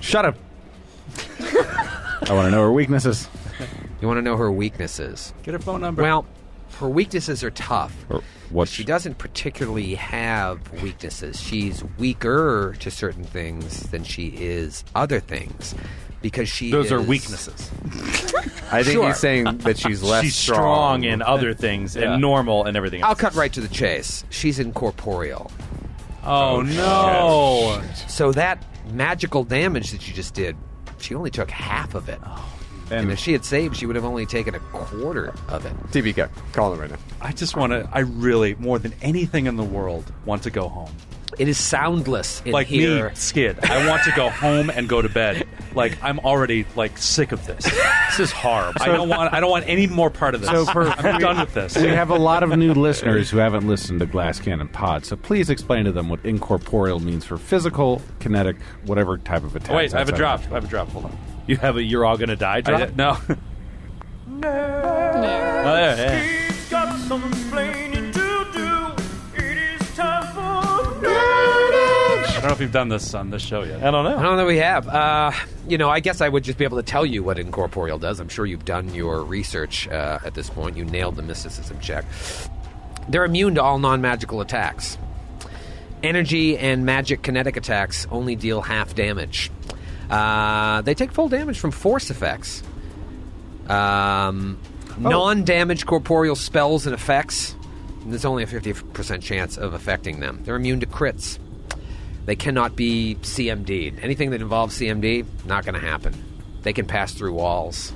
G: Shut up. I want to know her weaknesses.
C: You want to know her weaknesses.
B: Get her phone number.
C: Well, her weaknesses are tough.
G: Or what
C: She doesn't particularly have weaknesses. She's weaker to certain things than she is other things because she
F: Those are
C: is-
F: weaknesses.
E: I think
C: Sure.
E: he's saying that she's less
F: She's
E: strong.
F: strong in other things and normal and everything.
C: I'll
F: Else.
C: cut right to the chase. She's incorporeal.
B: oh, no.
C: So that magical damage that you just did, she only took half of it.
F: Oh.
C: And if
G: And
C: she had saved, she would have only taken a quarter of it.
E: TBK, call him right now.
B: I just want to. I really, more than anything in the world, want to go home.
C: It is soundless in
B: Like
C: here.
B: me, Skid. I want to go home and go to bed. Like I'm already like sick of this. This is horrible. I don't want. I don't want any more part of this.
G: So for-
B: I'm done with this.
G: we have a lot of new listeners who haven't listened to Glass Cannon Pod, so please explain to them what incorporeal means for physical, kinetic, whatever type of attack.
B: Oh, wait, I have a drop. I have a drop. Hold on.
F: You have a you're all gonna die
B: I
F: drop.
B: did- no.
F: Oh, yeah, yeah.
B: I don't know if you've done this on this show yet.
F: I don't
C: I
F: know.
C: don't know that we have. Uh, you know, I guess I would just be able to tell you what incorporeal does. I'm sure you've done your research uh, at this point. You nailed the mysticism check. They're immune to all non magical attacks. Energy and magic kinetic attacks only deal half damage. Uh, they take full damage from force effects. Um, Non damage corporeal spells and effects. There's only a 50% chance of affecting them. They're immune to crits. They cannot be CMD'd. Anything that involves CMD, not going to happen. They can pass through walls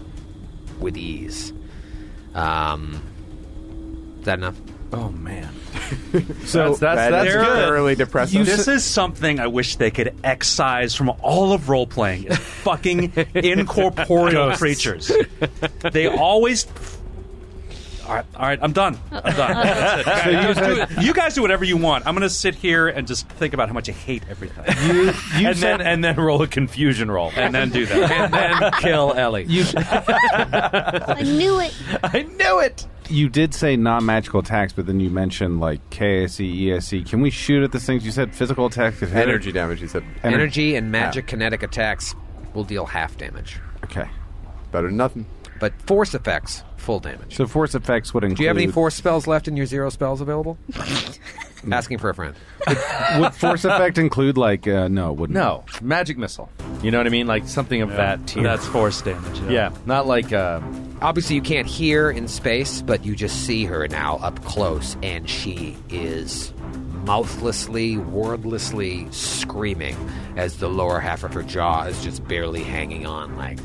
C: with ease. Um, is that enough?
F: Oh man.
G: So
F: That's that's, that's
E: is
F: good.
E: thoroughly depressing.
B: this is something I wish they could excise from all of role playing. Is fucking incorporeal creatures. They always. All right, all right, I'm done. I'm done. That's it. Guys, do- you guys do whatever you want. I'm going to sit here and just think about how much I hate everything,
G: you
F: and
G: said-
F: then and then roll a confusion roll.
B: and then do that.
C: And then kill Ellie.
D: I knew it.
F: I knew it.
G: you did say non-magical attacks, but then you mentioned like KSE, ESE. E, Can we shoot at these things? You said physical attacks, with
E: Energy damage, he said.
G: Ener-
C: Energy and magic kinetic attacks will deal half damage,
G: Okay.
E: Better than nothing.
C: but force effects, full damage.
G: So force effects would include.
C: Do you have any force spells left in your zero spells available? Asking for a friend.
G: Would force effect include like uh, no? It
F: (laughs)
G: wouldn't.
F: No magic missile. You know what I mean? Like something of that tier.
B: That's force damage.
F: yeah, not like uh,
C: Obviously, you can't hear in space, but you just see her now up close, and she is mouthlessly, wordlessly screaming as the lower half of her jaw is just barely hanging on. Like,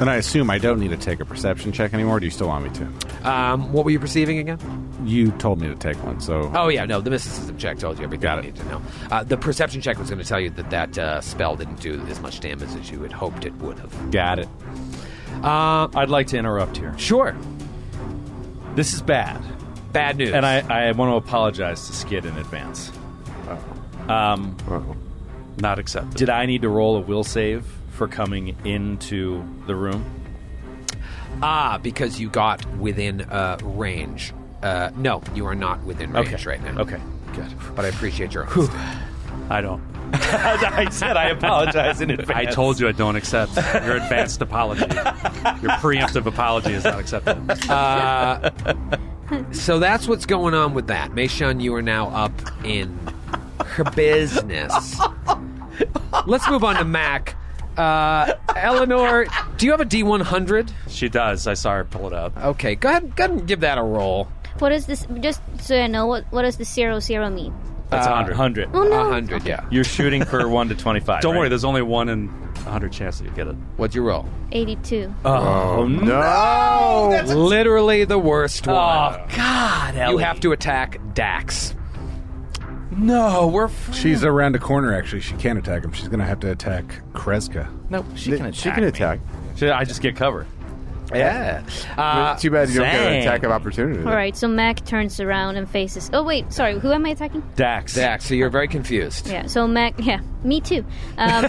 G: And I assume I don't need to take a perception check anymore. Do you still want me to?
C: um, what were you perceiving again?
G: You told me to take one, so
F: Um,
C: Oh yeah, no, the mysticism check told you everything
G: Got
C: you
G: it.
C: need to know. Uh, the perception check was going to tell you that that uh, spell didn't do as much damage as you had hoped it would have.
G: got it.
F: Uh, I'd like to interrupt here.
C: Sure,
F: This is bad,
C: bad news.
F: and I, I want to apologize to Skid in advance. Um,
B: not accepted.
F: Did I need to roll a will save for coming into the room?
C: ah, because you got within uh, range. Uh, no, you are not within range right now.
F: Okay, good.
C: but I appreciate your honesty.
B: I don't.
F: (laughs) I said I apologize in advance.
B: I told you I don't accept your advanced apology. Your preemptive apology is not accepted.
C: so that's what's going on with that. Meishun, you are now up in her business. Let's move on to Mac. Uh, Eleanor, do you have a D100?
B: she does. I saw her pull it out.
C: Okay, go ahead, go ahead and give that a roll.
D: What is this? Just so I know, what what does the zero zero mean?
F: That's Uh, a 100. 100.
D: Oh
C: A
D: no!
C: 100, yeah.
F: You're shooting for 1 to 25.
B: Don't
F: right?
B: worry, there's only one in a 100 chance that you get it.
C: What'd you roll?
D: Eighty two.
F: Oh, no.
C: Literally the worst one.
F: Oh, God,
C: you have to attack Dax.
F: No, we're. Free.
G: She's around a corner, actually. She can't attack him. She's going to have to attack Kreska.
F: No, she
E: Th-
F: can attack.
E: she can
F: me.
E: attack.
F: Should I just get cover?
C: Yeah. Uh,
E: Too bad you don't get an
F: Zang.
E: attack of opportunity.
D: All right, so Mac turns around and faces. Oh wait, sorry. Who am I attacking?
F: Dax.
C: Zach, so you're very confused.
D: Yeah. So Mac. Yeah. Me too. Um,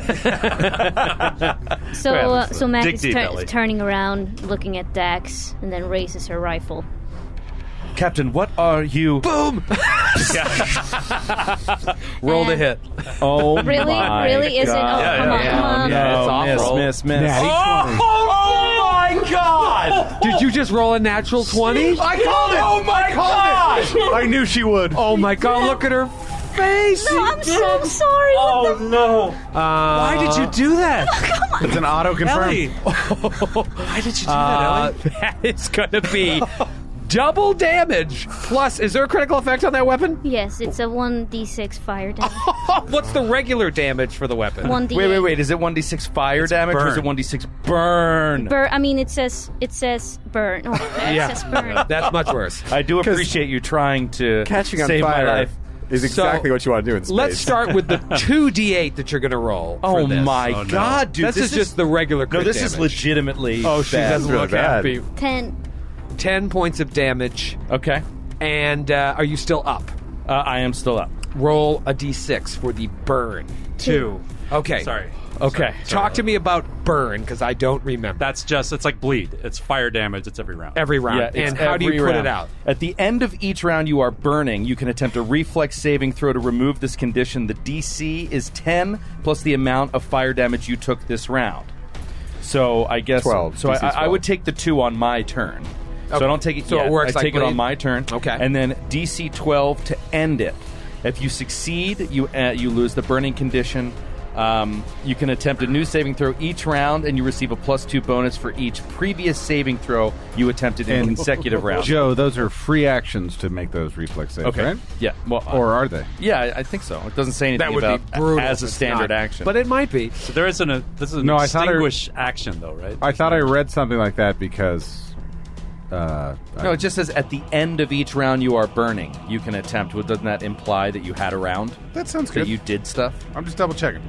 D: so uh, so Mac
B: Dig
D: is,
B: deep,
D: tur-
B: Ellie.
D: is turning around, looking at Dax, and then raises her rifle.
F: Captain, what are you?
C: Boom! Roll the
D: And-
C: hit.
F: Oh
D: Really?
F: my
D: Really? Is it? Oh,
F: God.
B: Yeah,
D: come on,
B: yeah,
D: come on.
C: yeah. It's
F: No,
C: awful.
F: miss, miss, miss. Oh,
G: Natty
F: my God!
C: Did you just roll a natural 20?
F: I called it. Oh my God!
E: I knew she would.
C: Oh my god, look at her face!
D: No, I'm so sorry. What
B: Oh no! Why did you do that,
G: It's an
C: (laughs)
G: auto
B: Ellie?
G: confirm.
B: Why did you do
C: Uh,
B: that,
C: (laughs) that is going to be double damage. Plus, is there a critical effect on that weapon?
D: the- Yes, it's a one d six fire damage.
C: What's the regular damage for the weapon?
D: One d.
F: Wait, wait, wait! Is it one d six fire damage or is it
B: burn.
F: one d six burn?
D: Bur- I mean, it says it says burn. Oh, it says burn.
F: (laughs)
C: That's much worse. (laughs)
F: I do appreciate you trying to
E: Catching on
F: save
E: fire
F: my life.
E: is
C: So,
E: exactly what you want to do in space.
C: Let's start with the 2d8 that you're going to roll. for
F: Oh
C: this.
F: my God, dude!
C: Ah, this, is, just the regular crit
F: no. This
C: damage.
F: is legitimately.
C: Oh, she
F: bad.
C: doesn't
E: really
C: look
E: bad.
C: happy.
D: Ten.
C: 10 points of damage.
F: Okay,
C: And uh, are you still up?
F: uh, I am still up.
C: Roll a d6 for the burn. (laughs)
B: Two.
C: Okay.
B: Sorry.
F: Okay,
C: Talk to me about burn because I don't remember.
B: That's just it's like bleed. It's fire damage. It's every round.
C: every round.
F: Yeah, it's
C: and how do you
F: every
C: put it
F: round.
C: out?
F: At the end of each round you are burning, you can attempt a reflex saving throw to remove this condition. The DC is 10 plus the amount of fire damage you took this round. So I guess
E: 12.
F: So I,
E: DC is
F: I
E: 12.
F: would take the two on my turn. So I
C: Okay.
F: don't take it.
C: So it
F: yet.
C: works
F: I
C: like
F: take it on
C: bleed?
F: my turn.
C: Okay.
F: and then DC 12 to end it. If you succeed, you uh, you lose the burning condition. Um, you can attempt a new saving throw each round, and you receive a plus two bonus for each previous saving throw you attempted in
G: And-
F: consecutive rounds.
G: Joe, those are free actions to make those reflex saves,
F: Okay.
G: right?
F: Yeah. Well, uh,
G: Or are they?
F: yeah, I- I think so. It doesn't say anything
C: That would
F: about
C: be brutal.
F: as a
C: if it's
F: standard
C: not.
F: action.
C: But it might be.
B: So there isn't a this is an
G: No, I thought I-
B: extinguished action though, right?
G: I thought I read something like that because. Uh, I-
F: no, it just says at the end of each round you are burning. You can attempt. Well, doesn't that imply that you had a round
G: that sounds
F: that
G: good.
F: you did stuff?
G: I'm just double checking.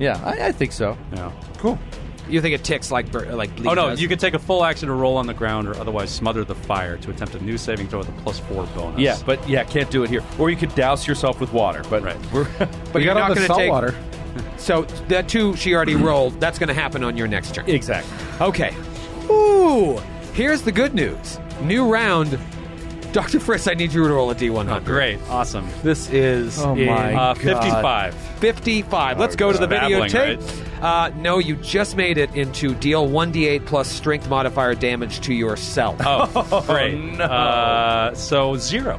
F: Yeah, I, I think so.
B: No.
G: Cool.
C: You think it ticks like bur- like bleed
B: Oh no!
C: does?
B: You can take a full action to roll on the ground, or otherwise smother the fire to attempt a new saving throw with a plus four bonus.
F: Yeah, but yeah, can't do it here. Or you could douse yourself with water. But
B: Right.
F: we're
C: But
G: we
C: you're
G: got all
C: not gonna
G: the salt
C: take-
G: water.
C: So that two
B: (clears throat)
C: she already rolled. That's going to happen on your next turn.
F: exactly.
C: Okay. Ooh. Here's the good news. New round. Dr. Friss, I need you to roll a D100.
B: Oh, great, awesome.
C: This is
F: Oh
C: a-
F: my
B: Uh,
F: God.
B: Fifty-five.
C: 55. Let's go to the
B: Oh, Babbling,
C: videotape. Uh, no, you just made it into deal 1d8 plus strength modifier damage to yourself. (laughs)
B: Oh, great. uh, so zero.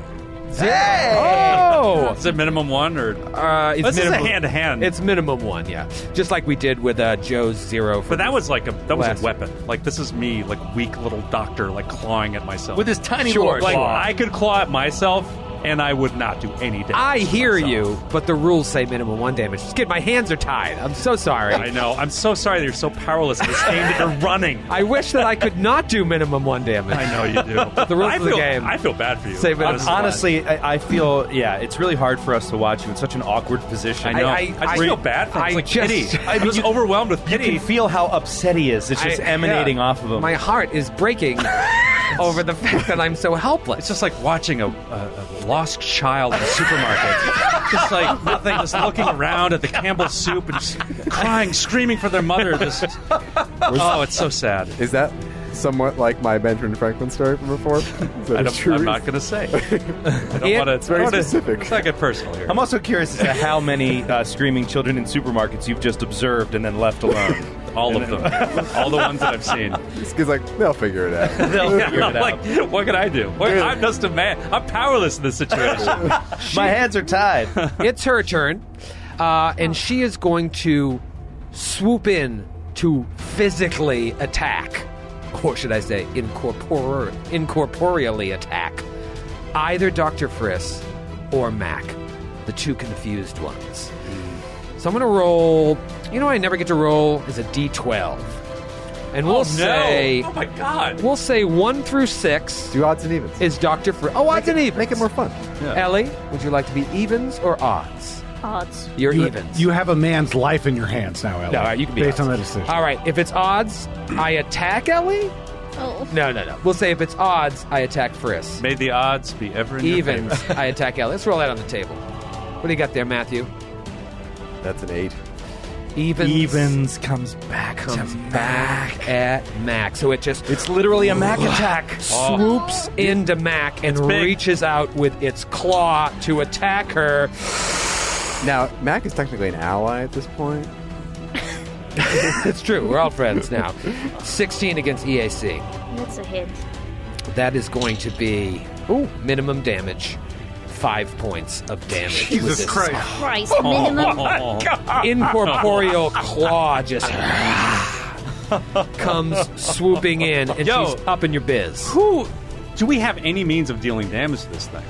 C: Oh!
B: Is it minimum one or?
C: Uh, it's
B: This is a
C: minimum-
B: hand-to-hand.
C: It's minimum one, yeah. Just like we did with uh, Joe's zero. For
B: But that was like a that was
C: Last.
B: a weapon. Like this is me, like weak little doctor, like clawing at myself
F: With this tiny
C: Sure,
F: little
B: Like
F: claw.
B: I could claw at myself, and I would not do any damage.
C: I
B: to
C: hear
B: myself.
C: you, but the rules say minimum one damage. Just kid, my hands are tied. I'm so sorry.
B: I know. I'm so sorry that you're so powerless in this game that
C: (laughs)
B: you're running.
C: I wish that I could not do minimum one damage.
B: I know you
C: (laughs)
B: do.
C: The rules
B: I
C: of
B: feel,
C: the game.
B: I feel bad for you.
C: Say minimum
F: I'm-
C: one.
F: honestly, I, I feel yeah, it's really hard for us to watch you in such an awkward position.
B: I know.
C: I-
B: I,
C: I-
B: just
C: I-
B: feel bad for him.
C: I
B: It's like
C: just-
B: pity.
C: I
B: I was overwhelmed with
F: You
B: pity.
F: can feel how upset he is. It's just
C: I-
F: emanating
C: yeah.
F: off of him.
C: My heart is
B: (laughs)
C: breaking over the fact that I'm so helpless.
B: It's just like watching a, a, a lost child in a supermarket. just like nothing, just looking around at the Campbell's soup and just crying, screaming for their mother. Just oh, it's so sad.
E: Is that somewhat like my Benjamin Franklin story
B: (laughs)
E: from before? Is that
B: I
E: a
B: don't,
E: true
B: I'm
E: reason?
B: not going to say. I
C: It-
B: don't want to.
C: It's
E: very specific.
B: It's not get personal here.
F: I'm also curious as to how many uh, screaming children in supermarkets you've just observed and then left alone.
B: (laughs) all of them, all the ones that I've (laughs) seen.
E: It's 'cause, like they'll figure it out.
B: (laughs)
F: They'll figure
B: Yeah,
F: it
B: I'm
F: out.
B: like, what can I do? What, I'm just a man. I'm powerless in this situation.
F: My hands
C: (laughs)
F: are tied.
C: it's her turn, uh, and she is going to swoop in to physically attack, or should I say, incorpor- incorporeally attack, either Dr. Friss or Mac, the two confused ones. So I'm going to roll. You know, what I never get to roll is a d12. and we'll say
B: no. Oh my god.
C: we'll say one through six
E: Do odds and evens.
C: is Doctor Fr. Oh, odds and evens.
E: Make it more fun.
C: Ellie, would you like to be evens or odds?
D: Odds.
C: You're
H: You,
C: evens.
H: you have a man's life in your hands now, Ellie.
C: No, all right, you can be
H: based on that
C: honest.
H: decision.
C: All right, if it's odds, I attack Ellie.
D: Oh.
C: No, no, no. We'll say if it's odds, I attack Friss.
B: May the odds be ever in your
C: Evens,
B: favor.
C: I attack Ellie. Let's roll that on the table. What do you got there, Matthew?
E: That's an eight.
C: Evens.
F: Evens comes back.
C: comes back at Mac. So it just
F: It's literally a Mac attack.
C: swoops into Mac and
B: big.
C: reaches out with its claw to attack her.
E: Now, Mac is technically an ally at this point.
C: It's true. We're all friends now. 16 against EAC.
D: That's a hit.
C: That is going to be ooh, minimum damage. Five points of damage. with
H: Jesus
C: this
H: Christ.
D: Price minimum. (laughs)
B: Oh,
F: (laughs)
C: Incorporeal claw just comes swooping in, and
B: Yo.
C: she's up in your biz.
B: Who? Do we have any means of dealing damage to this thing?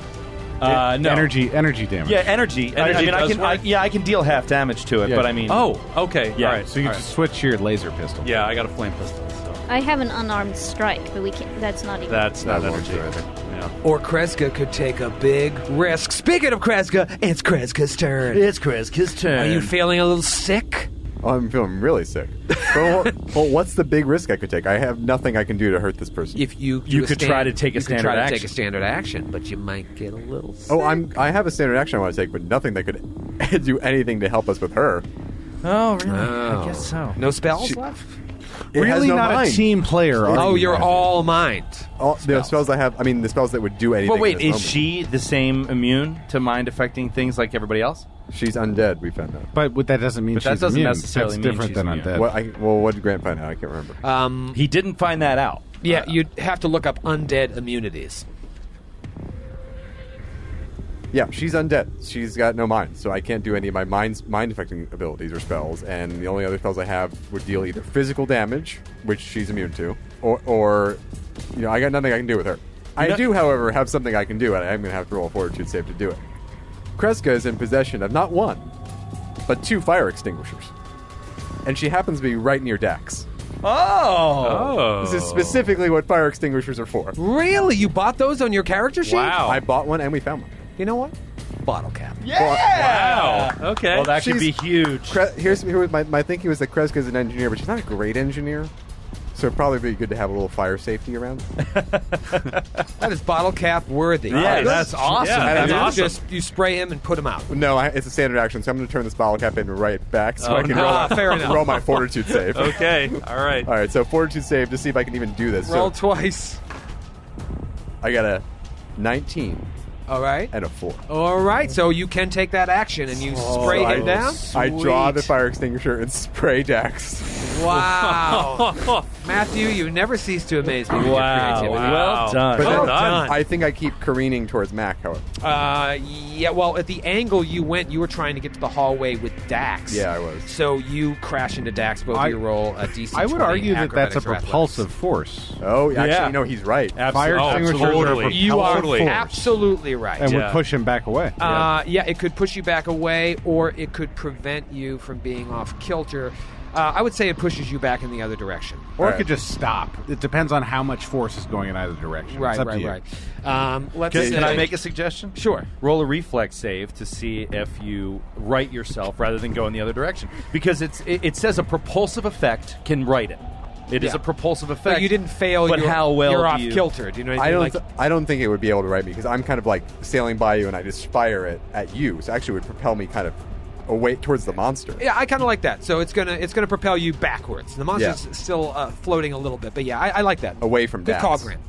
F: Uh, no.
G: Energy, energy damage.
F: Yeah, energy. I-
B: Energy
F: I mean, I
B: does
F: can. I,
B: work.
F: yeah, I can deal half damage to it,
G: Yeah.
F: but I mean,
B: Oh, okay.
F: Yeah,
B: All right.
G: So you
B: all
G: just switch your laser pistol.
B: right. Yeah, I got a flame pistol. So
D: I have an unarmed strike, but we can't. That's not even.
B: that's not
E: That won't
B: energy.
E: do anything.
B: Yeah.
C: Or Kreska could take a big risk. Speaking of Kreska, it's Kreska's turn.
F: it's Chris. His turn.
C: Are you feeling a little sick?
E: Oh, I'm feeling really sick. (laughs) But what, well, what's the big risk I could take? I have nothing I can do to hurt this person.
C: If you do
F: You
C: a
F: could
C: stand-
F: try to take a
C: you could
F: standard
C: try to
F: action.
C: take a standard action, but you might get a little. Sick.
E: oh, I'm. I have a standard action I want to take, but nothing that could (laughs) do anything to help us with her.
F: oh, really?
C: Oh.
F: I guess so.
C: No spells left.
E: It has
G: really
E: no
G: not
E: mind.
G: a team player. Are
C: Oh,
G: you?
C: you're all mind.
E: All, the spells I have. I mean, the spells that would do anything.
F: But wait,
E: in
F: is
E: this moment.
F: she the same immune to mind affecting things like everybody else?
E: She's undead. We found out.
G: But what- that doesn't mean
F: But
G: she's
F: that doesn't
G: immune.
F: necessarily
G: That's
F: mean
G: different
F: she's
G: than
F: immune.
G: undead.
E: What? I, well, what did Grant find out? I can't remember.
C: Um,
F: He didn't find that out.
C: yeah, you'd have to look up undead immunities.
E: yeah, she's undead. She's got no mind, so I can't do any of my mind mind affecting abilities or spells. And the only other spells I have would deal either physical damage, which she's immune to, or, or you know, I got nothing I can do with her. I
F: No-
E: do, however, have something I can do, and I'm going to have to roll a fortitude save to do it. Kreska is in possession of not one, but two fire extinguishers, and she happens to be right near Dax.
F: Oh.
B: Oh.
E: This is specifically what fire extinguishers are for.
C: Really, you bought those on your character sheet?
B: Wow.
E: I bought one, and we found one.
C: You know what? Bottle cap.
B: Wow. Okay.
F: Well, that could be
E: She's-
F: huge.
E: Kre- here's here was my, my thinking was that Kreska is an engineer, but she's not a great engineer. So it'd probably be good to have a little fire safety
C: (laughs)
E: around.
C: That is bottle cap worthy.
F: Yeah, that's
C: Just-
F: awesome.
B: Yeah,
C: and
B: that's
C: you
B: awesome.
C: Just you spray him and put him out.
E: no, I, it's a standard action, so I'm going to turn this bottle cap in right back so
B: Oh,
E: I can
B: no.
E: roll,
C: Ah, fair enough.
E: roll my
C: (laughs)
E: fortitude save.
B: okay. All right.
E: All right, so fortitude save to see if I can even do this.
C: Roll
E: so
C: twice.
E: I got a 19
C: All right.
E: and a four.
C: All right. So you can take that action and you Oh, spray
E: Oh, I,
C: him down.
E: I draw
C: Sweet.
E: the fire extinguisher and (laughs) spray Dax.
C: Wow. Matthew, you never cease to amaze me with
F: Wow.
C: your creativity.
F: Well done.
E: But
B: Well
E: then
B: done.
E: I think I keep careening towards Mac, however.
C: Uh, yeah, well, at the angle you went, you were trying to get to the hallway with Dax.
E: Yeah, I was.
C: So you crash into Dax, both
G: I-
C: of you roll a DC.
G: I would
C: 20
G: argue that that's a
C: acrobatics or athletics.
G: propulsive force.
E: Oh, actually,
F: Yeah.
E: no, he's right.
G: Fire
B: Oh,
G: extinguishers
B: totally.
G: are
C: You are
G: propulsive force,
C: absolutely right.
G: and
B: Yeah.
G: would push him back away.
C: Uh, yeah, it could push you back away, or it could prevent you from being off kilter. Uh, I would say it pushes you back in the other direction.
G: or it
E: Right.
G: could just stop. It depends on how much force is going in either direction.
C: Right,
G: It's up to
C: right,
G: you.
C: right. Um, let's
F: Can,
C: say,
F: can I make a suggestion?
C: Sure.
F: Roll a reflex save to see if you right yourself rather than go in the other direction because it's it, it says a propulsive effect can right it. It is
C: Yeah.
F: a propulsive effect.
C: But you didn't fail.
F: But
C: you're,
F: how well
C: you're
F: do
C: off
F: you-
C: kilter? Do you know? What I
E: I
C: mean?
E: don't.
C: Like,
E: th- I don't think it would be able to write me because I'm kind of like sailing by you, and I just fire it at you. So actually, it would propel me kind of away towards the monster.
C: yeah, I kind of like that. So it's gonna it's gonna propel you backwards. The monster's
E: Yeah.
C: still uh, floating a little bit, but yeah, I, I like that.
E: Away from
C: Good
E: Dax.
C: call, Grant.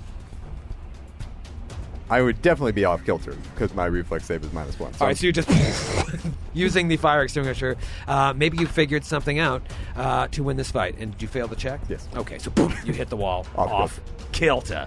E: I would definitely be off kilter because my reflex save is minus one. So
C: All
E: I'm-
C: right, so you're just (laughs) using the fire extinguisher. Uh, maybe you figured something out uh, to win this fight, and did you fail the check?
E: Yes.
C: Okay, so boom, you hit the wall
E: Off
C: off, kilter.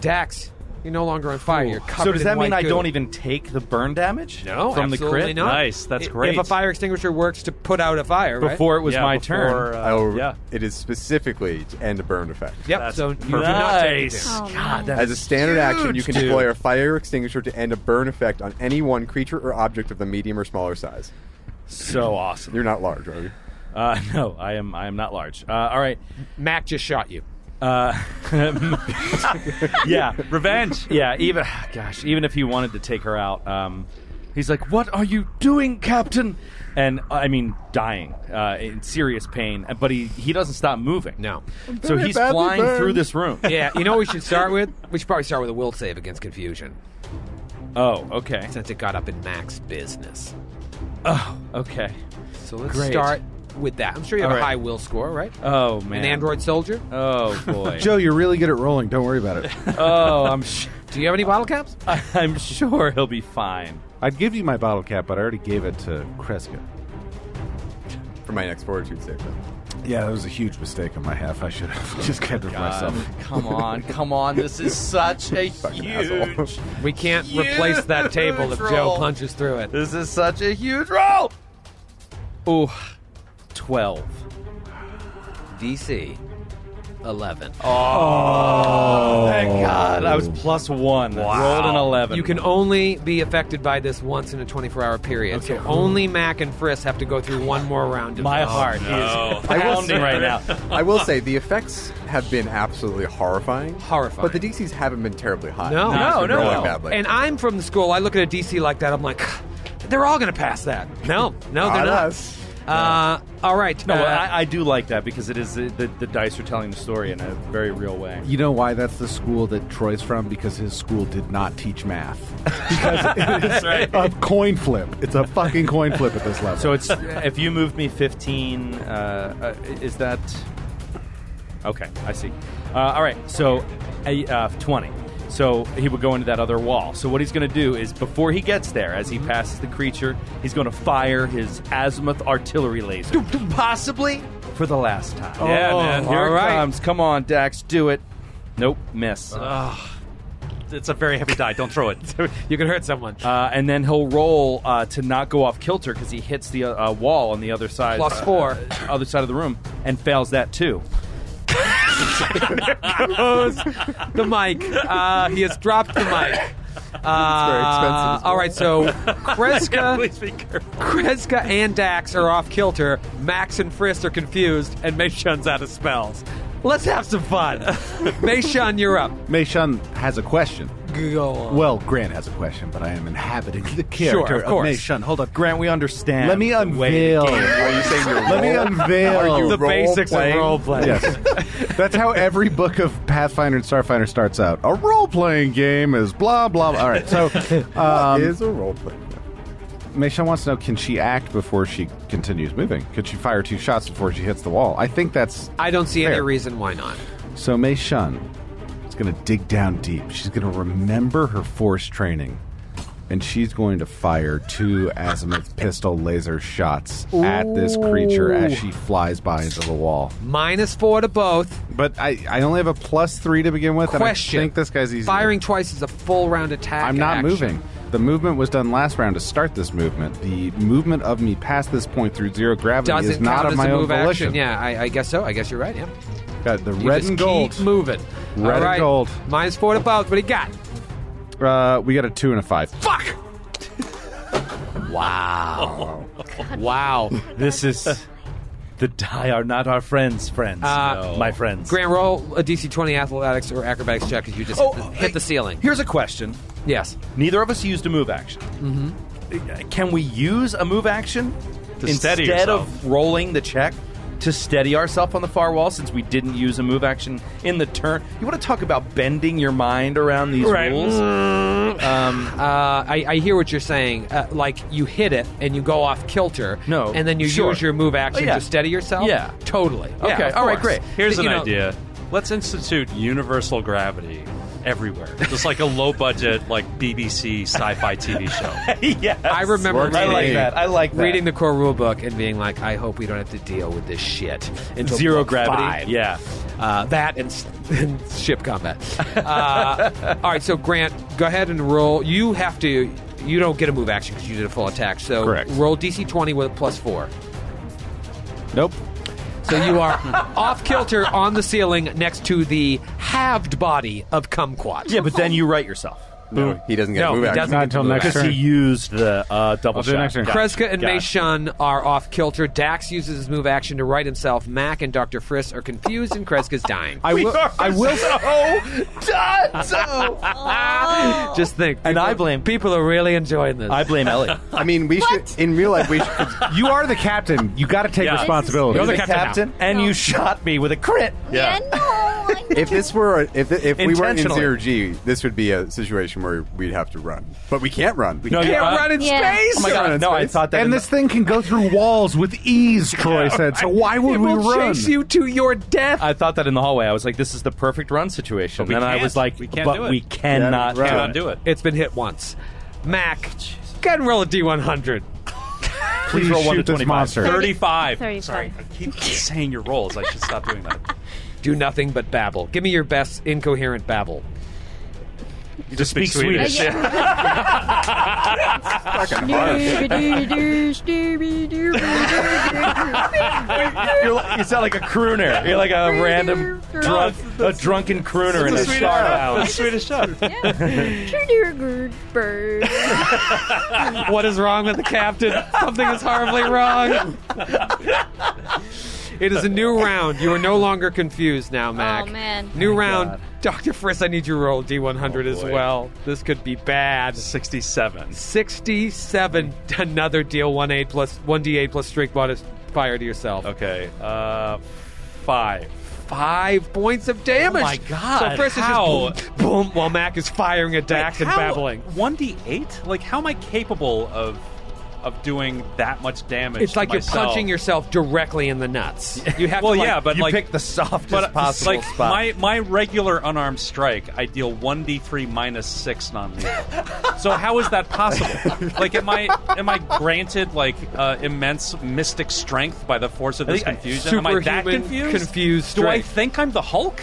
C: Dax, you're no longer on fire. You're covered.
F: So does
C: in
F: that mean
C: white
F: I
C: goo.
F: don't even take the burn damage?
C: No,
F: from
C: absolutely
F: the crit.
C: not.
B: Nice, that's
C: I-
B: great.
C: If a fire extinguisher works to put out a fire, right?
F: Before it was
B: Yeah,
F: my
B: before,
F: turn.
B: uh,
E: I'll-
B: yeah.
E: It is specifically to end a burn effect.
C: Yep.
B: That's
C: So you do
B: perfect.
C: not take any
F: Nice.
C: damage.
B: (laughs)
D: Oh, man.
E: As a standard action, you can deploy a fire extinguisher to end a burn effect on any one creature or object of the medium or smaller size.
F: so awesome.
E: You're not large, are you?
F: Uh, no, I am. I am not large. Uh, all right.
C: Mac just shot you.
F: Yeah.
B: (laughs) Revenge.
F: (laughs) Yeah, even (sighs) gosh, even if he wanted to take her out, um, he's like, "What are you doing, Captain?" And uh, I mean, dying uh, in serious pain. uh, But he he doesn't stop moving.
C: No.
F: so he's
E: badly
F: flying
E: burned.
F: through this room.
C: Yeah, you know what we should start with? We should probably start with a will save against confusion,
F: Oh, okay,
C: since it got up in Mac's business.
F: okay.
C: So let's
F: Great.
C: start with that. I'm sure you have
F: All
C: a
F: right.
C: high will score, right?
F: Oh
C: An
F: man,
C: android soldier?
F: Oh boy.
G: Joe, you're really good at rolling. Don't worry about it.
F: oh, I'm sh- (laughs)
C: Do you have any bottle caps?
F: I'm sure he'll be fine.
G: I'd give you my bottle cap, but I already gave it to Kreska.
E: for my next fortitude save. Though.
G: Yeah, that was a huge mistake on my half. I should have (laughs) just kept it for myself.
F: (laughs) Come on, come (laughs) on. This is such a
E: asshole. (laughs)
F: huge.
C: We can't replace that table if Joe
F: Neutral.
C: punches through it.
F: This is such a huge roll. Ooh, twelve.
C: DC 11.
F: Thank God. I was plus one. Rolled an 11.
C: You can only be affected by this once in a 24 hour period. So only Mac and Frisk have to go through one more round. Of
F: My
C: this.
F: heart
B: Oh.
F: is pounding right now.
E: I will say the effects have been absolutely horrifying.
C: Horrifying.
E: But the DCs haven't been terribly high.
C: No,
E: It's
C: no,
E: been
F: no.
E: rolling badly.
C: And I'm from the school. I look at a DC like that. I'm like, (sighs) they're all going to pass that. No, no, they're
E: Not
C: not.
E: us.
C: Uh, all right.
F: No,
C: uh,
F: I, I do like that because it is the, the, the dice are telling the story in a very real way.
G: You know why that's the school that Troy's from? Because his school did not teach math. (laughs)
F: That's right.
G: a coin flip. It's a fucking coin flip at this level.
F: (laughs) So (laughs) it's if you moved me 15, uh, uh, is that okay? I see. Uh, all right, so a- uh, 20. So he would go into that other wall. So what he's going to do is before he gets there, as he passes the creature, he's going to fire his azimuth artillery laser, (laughs) possibly for the last time.
B: Yeah, man.
F: Here
C: Oh, all
F: it
C: right. Uh.
F: comes. Come on, Dax, do it. Nope, miss.
B: It's a very heavy die. Don't throw it.
C: you can hurt someone.
F: Uh, and then he'll roll uh, to not go off kilter because he hits the uh, uh, wall on the other side,
C: Plus four.
F: uh, other side of the room, and fails that too.
C: Close (laughs) the mic. Uh, he has dropped the mic. Uh,
E: expensive as
C: all right, so
F: (laughs)
B: Yeah,
C: (laughs) Kreska,
B: (laughs) please be careful.
C: Kreska and Dax are off kilter. Max and Frist are confused, and Meishun's out of spells. Let's have some
F: (laughs)
C: fun. Meishun, you're up.
G: Meishan has a question.
C: Go on.
G: Well, Grant has a question, but I am inhabiting the
C: Sure,
G: character
C: of course.
G: Meishan. Hold on.
F: Grant, we understand.
G: Let me uh,
F: the way
G: unveil.
F: the game-
E: Are you saying you're
G: Let me
E: roll?
G: unveil.
E: Are you
C: the
E: role
C: basics
E: playing?
C: of role play.
G: Yes. That's how every book of Pathfinder and Starfinder starts out. A role playing game is blah, blah. All right. So,
E: (laughs)
G: um,
E: is a role play.
G: Meishan wants to know can she act before she continues moving? Could she fire two shots before she hits the wall? I think that's.
C: I don't see any
G: Fair.
C: reason why not.
G: So, Meishan is going to dig down deep. She's going to remember her force training. And she's going to fire two azimuth pistol laser shots at this creature as she flies by into the wall.
C: Minus four to both.
G: But I, I only have a plus three to begin with.
C: Question.
G: And I think this guy's easy.
C: Firing twice is a full round attack.
G: I'm not
C: action.
G: moving. The movement was done last round to start this movement. The movement of me past this point through zero gravity
C: Doesn't
G: is not
C: count
G: of
C: as
G: my
C: a
G: own
C: move
G: volition.
C: action. Yeah, I, I guess so. I guess you're right. Yeah.
G: Got the
C: You
G: red
C: just
G: and gold.
C: Keep moving.
G: Red
C: All
G: and
C: right.
G: gold.
C: Minus four to both. What do you got?
G: Uh, we got a two and a five. (laughs)
C: Fuck. Wow. wow.
F: This is the die are not our friends, friends.
C: Uh,
F: my friends.
C: Grant, roll a DC 20 athletics or acrobatics check because you just hit, the, hit the ceiling.
F: Here's a question.
C: Yes.
F: Neither of us used a move action. Mm-hmm. Can we use a move action
B: To
F: instead
B: steady
F: of
B: yourself.
F: rolling the check to steady ourselves on the far wall since we didn't use a move action in the turn? You want to talk about bending your mind around these
B: Right.
F: rules? (laughs)
C: Uh, I, I hear what you're saying. Uh, like you hit it and you go off kilter.
F: No,
C: and then you
F: sure.
C: use your move action
F: Oh, yeah.
C: to steady yourself.
F: Yeah.
C: totally. Yeah,
F: Okay,
C: of
F: all right,
C: course.
F: great.
B: Here's
C: You
B: an
C: know,
B: idea. Let's institute universal gravity everywhere, just like a low budget, like BBC sci-fi TV show.
F: yes.
C: I remember
F: I like
C: reading,
F: that. I like that.
C: reading the core rule book and being like, I hope we don't have to deal with this shit until
F: (laughs) zero
C: book
F: gravity.
C: five.
F: Yeah.
C: uh, that and, s- (laughs) and ship combat. Uh, all right, so Grant, go ahead and roll. You have to. You don't get a move action because you did a full attack. So
G: Correct.
C: roll DC 20 with a plus four.
G: Nope.
C: So you are off kilter on the ceiling next to the halved body of Kumquat.
F: Yeah, but then you write yourself.
E: No, he doesn't get
F: No,
E: a move
F: he
E: action.
F: doesn't
H: Not until next
F: Because he
H: turn.
F: used the uh, double
H: I'll do
F: shot.
H: next turn.
F: Gotcha.
C: Kreska and
F: Gotcha.
C: Meishan are off kilter. Dax uses his move action to right himself. Mac and Dr. Friss are confused, and Kreska's dying. (laughs)
G: I will. I will.
D: Oh.
C: Just think.
F: And
C: people-
F: I blame-
C: People are really enjoying this.
F: I blame Ellie.
E: I mean, we should in real life we should
H: You are the captain. You got to take
F: Yeah.
H: responsibility.
F: You're the captain, and you shot me with a crit.
D: Yeah, no. I
E: if this were a, if if we weren't in
F: Intentionally.
E: zero G, this would be a situation where we'd have to run, but we can't run. We
F: No,
E: can't.
F: you
C: can't
F: uh,
C: run in
D: Yeah.
C: space.
F: Oh my god! No, I thought that.
H: and
F: in-
H: this thing can go through walls with ease, Troy said. So why would
C: it
H: we
C: will
H: run?
C: chase you to your death.
F: I thought that in the hallway. I was like, "This is the perfect run situation."
I: But we
F: and I
I: can't.
F: was like,
I: We can't
F: "But
I: do it.
F: we cannot,
E: Yeah, right.
I: Cannot
F: (laughs)
I: do it.
C: it's been hit once. Mac, go ahead and roll a D100.
H: Please
F: roll one
H: shoot
F: to
H: this
F: 25.
H: monster.
B: 35.
D: 35.
B: Sorry, I keep saying your rolls. I should stop doing that.
C: Do nothing but babble. Give me your best incoherent babble.
I: You just
F: speak Swedish.
D: yeah.
F: You're like, you sound like a crooner. You're like a random drunk, a drunken crooner in a
B: Swedish
F: star
B: chef.
F: lounge.
B: It's Swedish chef.
C: What is wrong with the captain? Something is horribly wrong. It is a new round. You are no longer confused now, Oh, Mac.
D: man.
C: New round. Dr. Friss, I need you to roll
B: Oh,
C: D100 as well. This could be bad.
B: 67.
C: 67, another deal, 1A plus, 1D8 plus streak bonus fire to yourself.
B: Okay. Uh, five.
C: Five points of damage.
B: Oh my God,
C: So Friss
B: how?
C: is just boom, boom, while Mac is firing at Dax and
B: How-
C: babbling.
B: 1d8? Like, how am I capable of of doing that much damage?
C: It's
B: to
C: like you're
B: myself?
C: punching yourself directly in the nuts. You have
B: Well,
C: to, like,
B: yeah, but
F: you
B: like,
F: pick the softest
B: but uh,
F: possible
B: like
F: spot.
B: my my regular unarmed strike, I deal one d three minus six non lethal. so how is that possible? like, am I am I granted like uh, immense mystic strength by the force of this
F: think I-
B: confusion? Am I that
C: superhuman
B: confused?
C: confused
B: Do I
C: strength.
B: think I'm the Hulk?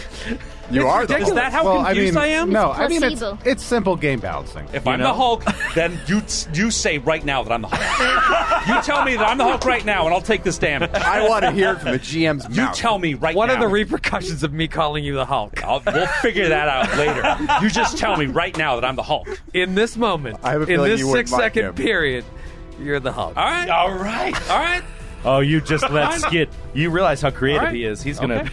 E: You are the
B: Is
E: Hulk.
B: that how
H: Well, I
B: confused
H: mean,
B: I, am?
H: no, I mean it's,
D: Placebo.
H: it's simple game balancing.
B: If
F: You
B: I'm
F: know?
B: the Hulk, then you you say right now that I'm the Hulk. you tell me that I'm the Hulk right now, and I'll take this damage.
E: I want to hear it from the GM's
B: You
E: mouth.
B: tell me right
C: What
B: now.
C: are the repercussions of me calling you the Hulk?
B: I'll, we'll figure that out later. You just tell me right now that I'm the Hulk.
C: (laughs) In this moment,
E: I have a
C: in
E: feeling
C: this
E: you wouldn't
C: six
E: like
C: second
E: him.
C: period, you're the Hulk.
B: All right. All right. All right.
F: oh, you just let skid. You realize how creative
B: Alright.
F: he is. He's gonna,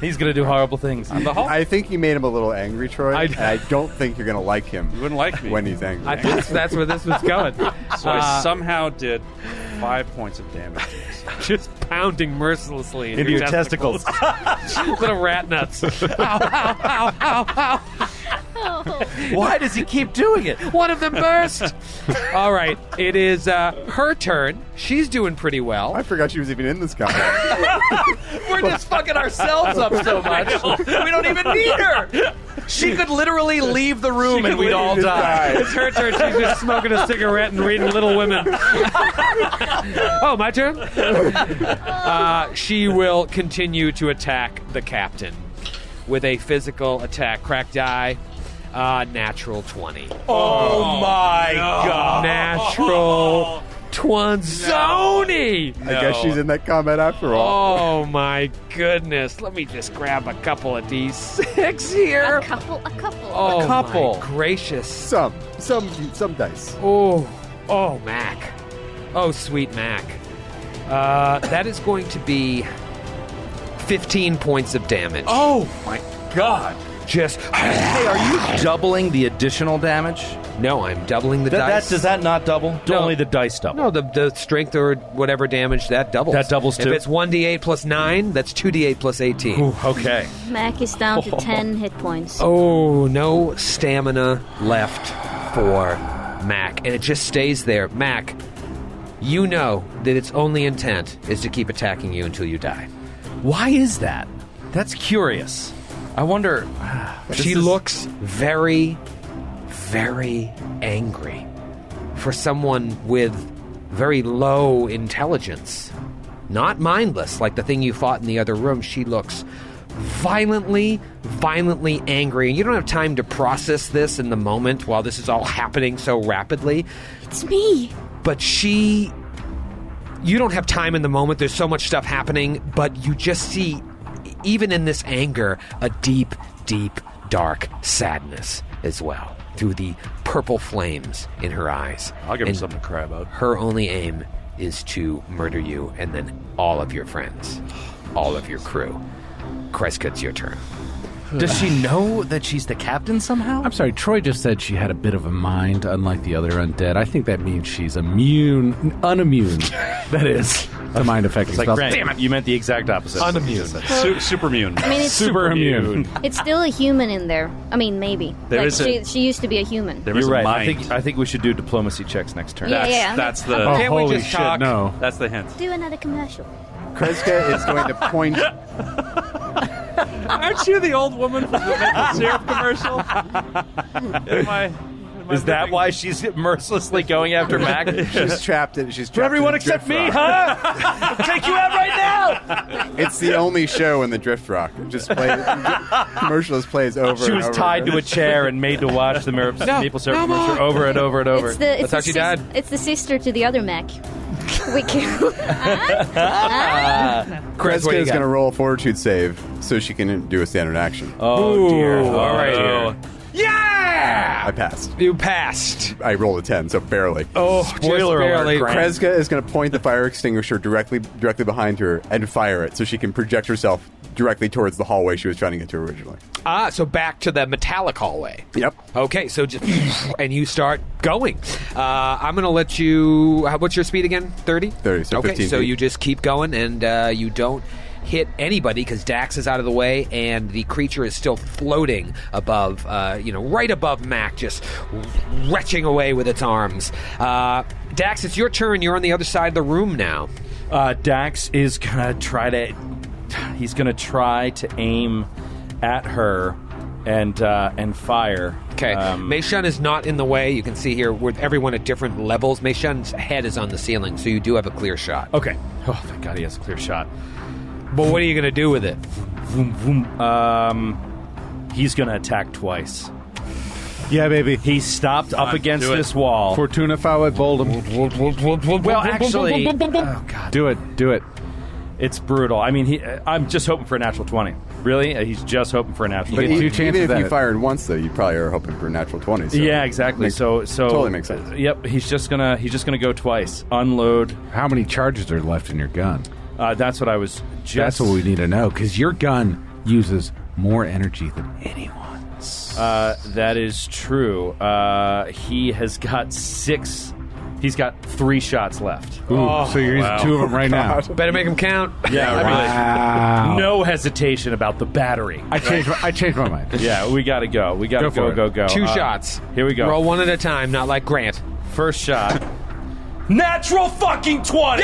F: he's gonna do horrible things.
B: I'm the Hulk.
E: I think you made him a little angry, Troy.
C: I-
E: and I don't think you're gonna like him. You
B: wouldn't like me.
E: when he's angry.
C: (laughs) I think that's where this was (laughs) going.
B: so I somehow did five points of damage. to myself.
C: Just pounding mercilessly
F: Into your testicles.
C: (laughs)
F: (laughs)
C: Little rat (laughs) nuts.
D: Oh.
F: Why does he keep doing it?
C: One of them burst. All right, it is uh, her turn. She's doing pretty
E: I
C: well.
E: forgot she was even in
F: (laughs)
E: this guy.
C: We're just fucking ourselves up (laughs) so much. We don't even need (laughs) her. She could literally leave the room and we'd all
E: just
C: die.
E: die.
C: It's her turn. She's just smoking a cigarette and reading Little
D: (laughs)
C: Women. oh, my turn? Uh, she will continue to attack the captain with a physical attack. Cracked eye, uh, natural 20.
F: Oh, my god!
C: Natural Twanzoni!
E: I guess she's in that comment after all.
C: Oh my goodness. Let me just grab a couple of D6 here.
D: A couple, a couple.
C: oh,
F: couple.
C: My gracious.
E: Some, some, some dice.
C: Oh, oh, Mac. Oh, sweet Mac. Uh, that is going to be 15 points of damage.
B: Oh my god.
C: just.
F: Hey, are you doubling the additional damage?
C: No, I'm doubling the
F: That, that
C: dice.
F: does that not double? Do
C: No.
F: Only the dice double.
C: no, the, the strength or whatever damage that doubles.
F: That doubles
C: If
F: too?
C: it's 1d8 plus 9, that's 2d8 plus 18.
F: Okay.
D: Mac is down to ten hit points.
C: Oh, no stamina left for Mac. And it just stays there. Mac, you know that its only intent is to keep attacking you until you die.
F: Why is that? That's curious. I (sighs) wonder. This
C: she
F: is-
C: looks very, very angry for someone with very low intelligence. Not mindless, like the thing you fought in the other room. She looks violently, violently angry. And you don't have time to process this in the moment while this is all happening so rapidly
D: It's me.
C: but she you don't have time in the moment there's so much stuff happening but you just see even in this anger a deep deep dark sadness as well through the purple flames in her eyes.
B: I'll give her
C: And
B: something to cry about.
C: Her only aim is to murder you and then all of your friends, all of your crew. Creskut's your turn.
F: Does she know that she's the captain somehow?
G: I'm sorry, Troy just said she had a bit of a mind, unlike the other undead. I think that means she's immune, unimmune. (laughs) that is to mind affecting
F: It's like,
G: spells.
F: Grant,
G: Damn it!
F: you meant the exact opposite.
G: Unimmune.
B: Su- super immune.
D: I mean, it's,
G: Super immune.
D: it's still a human in there. I mean, maybe.
B: There
D: like,
B: is a-
D: she, she used to be a human.
B: There
F: You're
B: is a
F: right. I
B: mind.
F: think I think we should do diplomacy checks next turn.
D: Yeah,
B: that's,
D: yeah, I'm
B: that's
D: gonna-
B: the.
G: Oh, Can't we holy just shit,
B: shit,
G: talk? no.
B: That's the hint.
D: Do another commercial.
E: Kreska is going to point.
B: Aren't you the old woman from the maple (laughs) syrup commercial? Am I- am I
F: Is that
B: living-
F: why she's mercilessly going after Mac? (laughs)
E: She's trapped in. She's trapped in
F: Everyone
E: the
F: except
E: Drift
F: me,
E: Rock.
F: huh? I'll take you out right now.
E: (laughs) It's the only show in the Drift Rock. It Just play commercials plays over.
F: She
E: and
F: was
E: over
F: tied
E: again.
F: to a chair and made to watch the (laughs) Mer- maple syrup commercial over and over and over.
D: It's the, it's
C: That's how
D: the
C: she
D: sis-
C: died.
D: It's the sister to the other Mac. we kill.
C: Kreska,
E: Kreska is going to roll a fortitude save so she can do a standard action.
F: oh dear.
C: all right.
F: Oh,
E: I passed.
C: You passed.
E: I rolled a ten, so barely.
F: Oh, spoiler
C: Just barely.
F: alert! Grant.
E: Kreska is going to point the fire extinguisher directly directly behind her and fire it so she can project herself directly towards the hallway she was trying to get to originally.
C: Ah, so back to the metallic hallway.
E: Yep.
C: Okay, so just and you start going. Uh, I'm gonna let you. how- What's your speed again? Thirty.
E: 30, so
C: okay,
E: 15
C: so
E: feet.
C: you just keep going and uh, you don't hit anybody because Dax is out of the way and the creature is still floating above, uh, you know, right above Mac, just retching away with its arms. Uh, Dax, it's your turn. You're on the other side of the room now.
F: Uh, Dax is gonna try to. He's gonna try to aim at her and uh, and fire.
C: Okay,
F: Um,
C: Meishun is not in the way. You can see here with everyone at different levels. Meishun's head is on the ceiling, so you do have a clear shot.
F: okay. Oh thank God, he has a clear shot.
C: But what are you going to do with it?
F: Vroom, vroom. Um, he's gonna attack twice.
G: Yeah, baby.
F: He stopped up against
B: do it.
F: this wall.
G: Fortuna Fowlet Boldem.
F: well, actually,
D: (laughs)
G: Do it. Do it.
F: it's brutal. I mean, he, I'm just hoping for a natural twenty. Really, Uh, he's just hoping for a natural.
E: But
F: 20.
G: two
E: even, even
G: chances
E: if
G: at
E: you
G: it.
E: fired once, though, you probably are hoping for a natural twenty. So
F: yeah, exactly.
E: Makes-
F: so, so
E: totally makes sense.
F: Yep, he's just gonna he's just gonna go twice. Unload.
G: How many charges are left in your gun?
F: Uh, that's what I was. just...
G: That's what we need to know because your gun uses more energy than anyone's.
F: Uh, that is true. Uh, he has got six. He's got three shots left. Oh,
G: Ooh,
B: Oh,
G: so you're using two of them right now.
C: Better make him count.
F: Yeah,
G: Wow.
F: No hesitation about the battery.
G: I changed. My, I changed my mind.
F: Yeah, we gotta go. We gotta
G: Go for
F: go,
G: it.
F: go, go.
C: Two
F: Uh,
C: shots.
F: Here we go.
C: Roll one at a time, not like Grant.
F: First (laughs) shot. Natural fucking 20!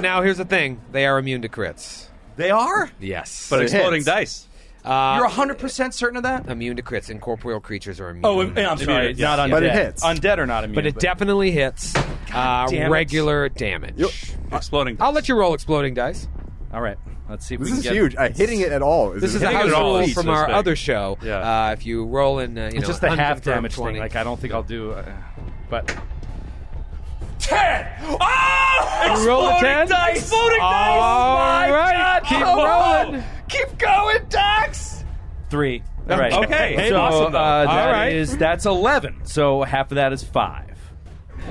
C: Now, here's the thing they are immune to crits.
F: They are?
C: Yes.
B: But
E: It
B: exploding
E: hits.
B: dice.
F: You're 100% certain of that?
C: immune to crits. Incorporeal creatures are immune.
F: Oh, and- and I'm sorry, not undead.
E: But it hits.
F: Undead are not immune.
C: but it definitely hits uh,
F: damn it.
C: regular damage.
B: Exploding.
C: I'll let you roll exploding dice.
F: All right, let's see if we
E: This
F: can
E: is
F: get
E: huge. Uh, hitting it at all.
C: This is a
B: Hitting
C: house
B: it all
C: rule
B: is
C: from
B: this
C: our
B: big.
C: other show.
B: Yeah.
C: Uh, if you roll in, uh, you know,
F: It's just the half
C: unconfirmed
F: damage
C: 20.
F: thing. Like, I don't think I'll do. Uh, but.
C: You roll a 10?
F: Oh! Exploding
C: All right, keep rolling.
F: Keep going, Dax! Three. All right.
B: Okay. Hey,
F: so,
B: awesome, though.
F: Uh, that
C: All right.
F: is- that's 11. So half of that is five.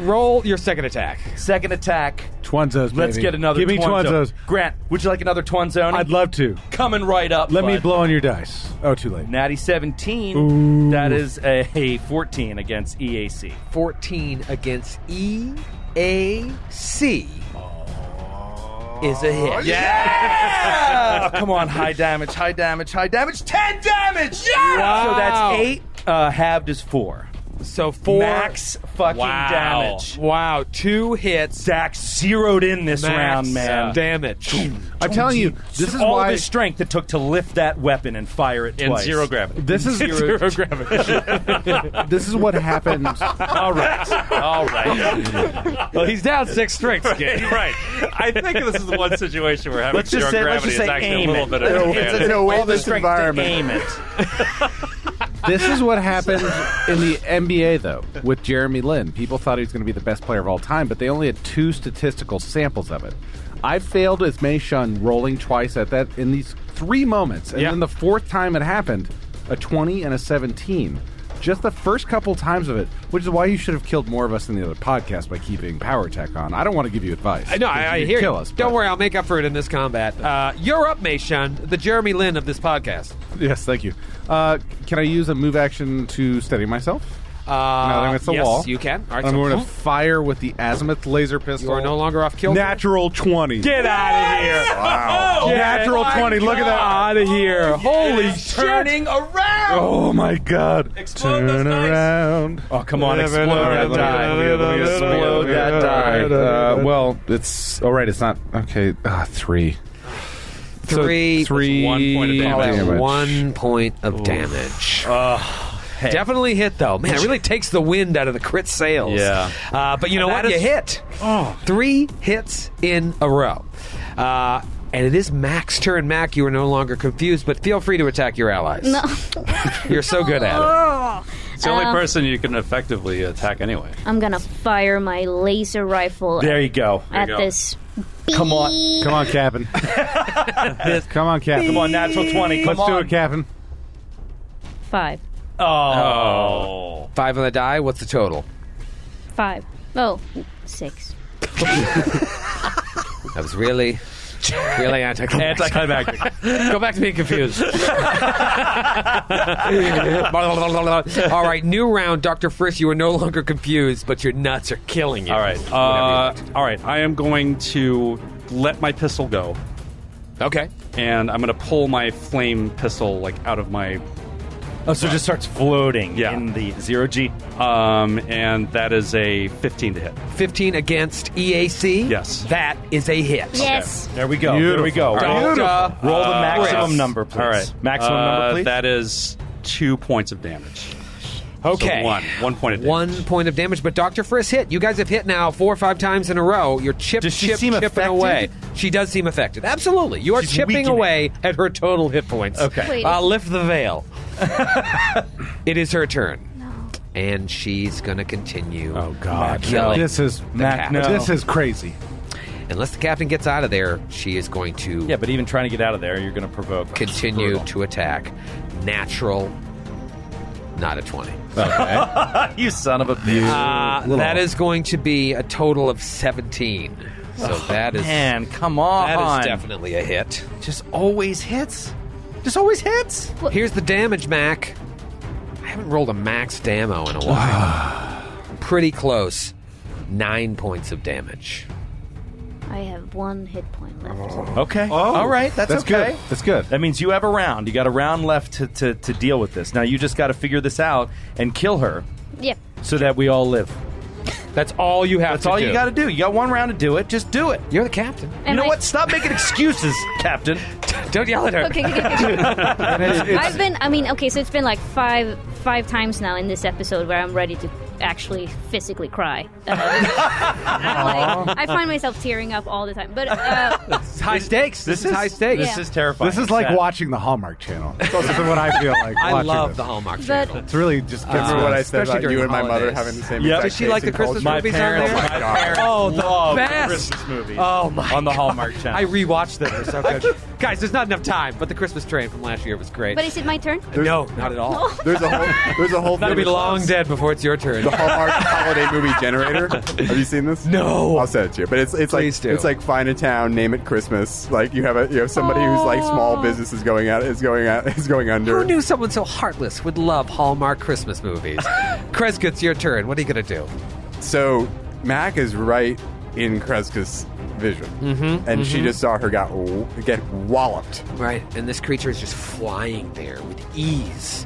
C: Roll your second attack.
F: Second attack.
G: Twinzos. Baby.
F: Let's get another
G: Give me
F: Twanzo.
G: Twinzos.
F: Grant, would you like another Twanzone?
G: I'd love to.
F: Coming right up.
G: Let me
F: bud.
G: blow on your dice. Oh, too late.
F: Natty 17.
G: Ooh.
F: That is a, a 14 against E EAC.
C: 14 against E EAC is a
E: Oh,
C: hit.
E: (laughs)
F: Yeah! Come on, high damage, high damage, high damage. 10 damage! Yeah! So
C: Wow.
F: that's 8. Uh, halved is 4.
C: So four.
F: Max fucking
B: Wow.
F: damage.
C: Wow, two hits.
F: Zach zeroed in this
C: max uh,
F: round, man.
C: Damage.
G: I'm telling you, this is
F: all
G: why.
F: the strength it took to lift that weapon and fire it
B: and
F: twice.
B: zero gravity.
G: This is
F: Zero gravity.
G: this is what
C: (laughs)
G: happens.
F: all right, all right.
C: well, he's down six
B: (laughs)
C: strengths.
B: right. I think this is the one situation where having
F: Let's
B: zero
F: just say, let's
B: gravity
F: just
B: is
F: say
B: actually
F: aim
B: a little
F: it.
B: bit (laughs) of
F: It's-
B: advantage.
F: it's
E: In a (laughs) way,
F: all the
E: this
F: strength to
E: environment-
F: aim it.
G: this is what happened in the NBA, though, with Jeremy Lin. People thought he was going to be the best player of all time, but they only had two statistical samples of it. I failed as Meishun rolling twice at that in these three moments, and
F: Yeah.
G: then the fourth time it happened, a 20, and a 17. Just the first couple times of it, which is why you should have killed more of us in the other podcast by keeping Power Attack on. I don't want to give you advice.
C: I know. I,
G: because
C: I
G: you'd
C: hear
G: kill
C: you.
G: us.
C: Don't worry, (laughs) I'll make up for it in this combat. Uh, you're up, Meishun, the Jeremy Lin of this podcast.
G: Yes, thank you. Uh, can I use a move action to steady myself?
C: Uh,
G: now that I'm against the
C: yes,
G: wall.
C: you can. All right,
G: I'm
C: so-
G: going to fire with the azimuth laser pistol.
C: You are no longer off kill.
G: Natural twenty.
C: Get out of here!
G: (laughs) Wow.
C: Get
G: Natural
C: my
G: 20, look at that.
C: Out of here! Holy shit!
B: Turning around.
G: Oh my god! Explode Turn around.
F: Oh, come on, explode that die. Explode that die.
G: Uh, well, it's all right. It's not okay. Uh, three. So
C: Three.
G: three.
B: one point of damage.
C: That's
G: damage.
C: One point of damage. Definitely hit though, man. It really takes the wind out of the crit sales.
F: Yeah.
C: uh, but you know what? you hit three hits in a row, uh, and it is Mac's turn. Mac, you are no longer confused, but feel free to attack your allies.
D: No.
C: You're so good at it.
D: Oh.
I: It's the only
F: Um,
I: person you can effectively attack anyway.
D: I'm gonna fire my laser rifle
F: There you go.
D: at
I: you go.
D: this.
G: Come on, come
C: (laughs)
G: on, Captain. come on, Captain.
F: Come on, natural 20. Come
G: Let's do it, Captain.
D: Five.
F: Oh.
B: (laughs)
C: Five on the die. What's the total?
D: Five. Oh, six.
C: That was really, really anticlimactic.
F: (laughs) Anticlimactic.
C: Go back to being
F: (laughs)
C: confused. All right, new round, Doctor Frisk. You are no longer confused, but your nuts are killing you.
B: All right. Uh, all right. I am going to let my pistol go,
C: Okay.
B: and I'm going to pull my flame pistol like out of my
F: Oh, so it just starts floating
B: Yeah.
F: in the zero G.
B: um, and that is a 15 to hit.
C: Fifteen against EAC.
B: Yes.
C: That is a hit.
D: Yes.
F: There we go. There
G: Beautiful.
F: we go.
C: All
F: Roll,
C: right. Uh,
F: roll the maximum
C: Chris.
F: number, please.
B: All right.
F: Maximum
B: Uh,
F: number, please.
B: That is two points of damage.
C: Okay.
B: So one. One point of damage.
C: One point of damage, but Doctor Frisk hit. You guys have hit now four or five times in a row. You're chip,
F: Does she
C: chip,
F: seem
C: chipping
F: affected?
C: away. She does seem affected. Absolutely. You are
F: She's
C: chipping
F: weakening.
C: away at her total hit points.
F: Okay.
D: Wait.
C: Uh, lift the veil. it is her turn, and she's gonna continue.
G: Oh God!
C: Killing
G: This is
F: Mac, no.
G: This is crazy.
C: Unless the captain gets out of there, she is going to
F: yeah, but even trying to get out of there, you're going to provoke.
C: continue
F: Brutal.
C: to attack. Natural, not a 20.
G: Okay.
F: you son of a bitch. Ah,
C: Uh, that is going to be a total of 17. So that is
F: Man, come on.
C: that is definitely a hit.
F: Just always hits. Just always hits.
C: Here's the damage, Mac. I haven't rolled a max damo in a while. Pretty close. Nine points of damage.
D: I have one hit point left.
F: Okay. All right. Oh, That's,
G: That's
F: okay.
G: good. That's good.
F: That means you have a round. You got a round left to, to, to deal with this. Now you just got to figure this out and kill her
D: Yep.
F: so that we all live.
C: That's all you have
F: That's all you got to do. You got one round to do it. Just do it.
C: You're the captain.
F: you
D: And
F: know
D: I-
F: what? Stop making (laughs) excuses, Captain.
C: Don't yell at her.
D: (laughs) Okay. okay,
F: (laughs)
D: okay.
G: And it's- it's-
D: I've been. I mean, okay. So it's been like five, five times now in this episode where I'm ready to actually physically cry. Uh, (laughs) I'm like, I find myself tearing up all the time. But
F: (laughs)
D: uh,
C: It's high stakes. This, is, high stakes.
F: This
D: Yeah.
F: is terrifying.
G: this is like
F: Sad.
G: watching the
C: (laughs)
G: Hallmark Channel. That's also what I feel like.
C: I
G: watching
C: love
G: this.
C: the Hallmark Uh,
D: But-
C: Channel.
G: It's really just
E: Remember what I said
C: especially
E: about
C: during
E: you and my mother
C: holidays.
E: having the same
F: Yep.
E: exact
F: Did
C: she like
E: taste
C: the
E: in
C: Christmas
E: culture?
F: My
C: movies on
F: parents-
C: there?
E: Oh my God.
C: Oh, (laughs) the best.
B: Christmas movies.
C: Oh my!
F: on the
C: God.
F: (laughs) Hallmark Channel.
C: I rewatched them. They're so good. Guys, there's not enough time, but the Christmas train from last year was great.
D: but is it my turn?
C: no, not at all.
E: There's a whole there's a whole
C: That'll
E: thing
C: be
E: with
C: long dead before it's your turn.
E: the
C: (laughs)
E: Hallmark holiday movie generator. Have you seen this?
C: No.
E: I'll send it to you. But it's it's
C: Please
E: like
C: do.
E: it's like find a town, name it Christmas. Like you have a you have somebody who's like small
D: Aw.
E: business is going out is going out is going under.
C: Who knew someone so heartless would love Hallmark Christmas (laughs) movies? Kreska, it's your turn. What are you gonna do?
E: So Mac is right in Kreska's vision, mm-hmm, and she just saw her got w- get walloped.
C: Right, and this creature is just flying there with ease,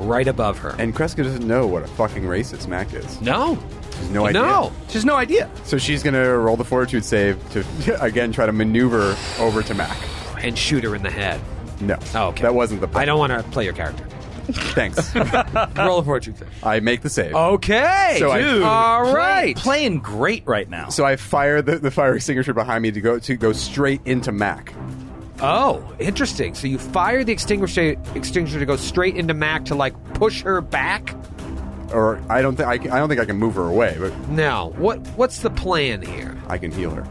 C: right above her.
E: And Kreska doesn't know what a fucking racist Mac is.
C: no,
E: She's no idea.
C: No.
F: Just no idea.
E: So she's gonna roll the fortitude save to (laughs) again try to maneuver over to Mac.
C: and shoot her in the head.
E: No,
C: Oh, okay.
E: that wasn't the
C: I
E: plan.
C: don't want to play your character. (laughs)
E: Thanks.
C: Roll a fortune. save.
E: I make the save.
C: Okay,
E: So I-
C: dude. all right.
F: Playing great right now.
E: So I fire the, the fire extinguisher behind me to go to go straight into Mac.
C: Oh, interesting. So you fire the extinguisher extinguisher to go straight into Mac to like push her back?
E: Or I don't think I, can- I don't think I can move her away, but
C: Now, what what's the plan here?
E: I can heal her.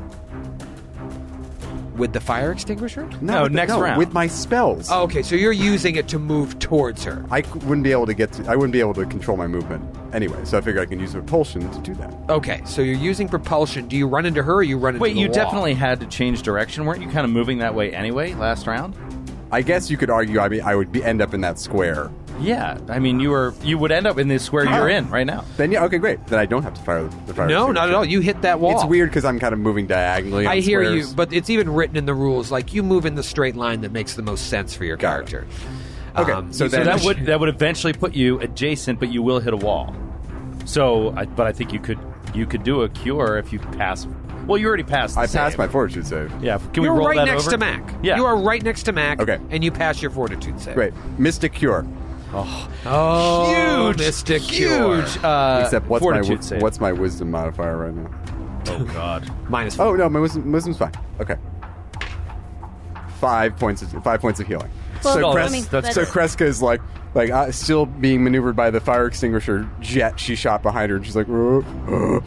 C: with the fire extinguisher?
F: No,
E: with the-
F: next round.
E: with my spells.
C: Oh, okay, so you're using it to move towards her.
E: I c- wouldn't be able to get. To, I wouldn't be able to control my movement anyway. So I figure I can use repulsion to do that.
C: Okay, so you're using propulsion. Do you run into her or you run into
F: Wait,
C: the
F: you
C: wall?
F: definitely had to change direction. Weren't you kind of moving that way anyway last round?
E: I guess you could argue. I mean, I would be, end up in that square.
F: Yeah, I mean, you were you would end up in this square you're in right now.
E: Then yeah, okay, great. Then I don't have to fire the, the fire.
C: No, not
E: extinguisher.
C: at all. You hit that wall.
E: It's weird because I'm kind of moving diagonally. on
C: I hear
E: squares.
C: you, but it's even written in the rules like you move in the straight line that makes the most sense for your
E: Got it.
C: character. Um,
E: Okay,
F: So
E: so then-
F: that would that would eventually put you adjacent, but you will hit a wall. So, I, but I think you could you could do a cure if you pass. Well, you already passed. The
E: I passed
F: save.
E: my fortitude save.
F: Yeah, can
C: you're
F: we roll
C: right
F: that
C: next
F: over?
C: to Mac.
F: Yeah,
C: you are right next to Mac.
E: Okay.
C: and you pass your fortitude save.
E: Great, Mystic Cure.
C: Oh,
F: huge,
C: Mystic Cure.
F: huge. Uh,
E: Except what's my
F: fortitude
E: wi-
F: save.
E: what's my wisdom modifier right now?
C: Minus
E: Oh no, my wisdom, wisdom's fine. Okay. Five points. Of, five points of healing.
D: Well,
E: so,
D: I
E: Kres-
D: mean, that's-
E: so Kreska is like, like uh, still being maneuvered by the fire extinguisher jet she shot behind her, and she's like, "Uh, uh,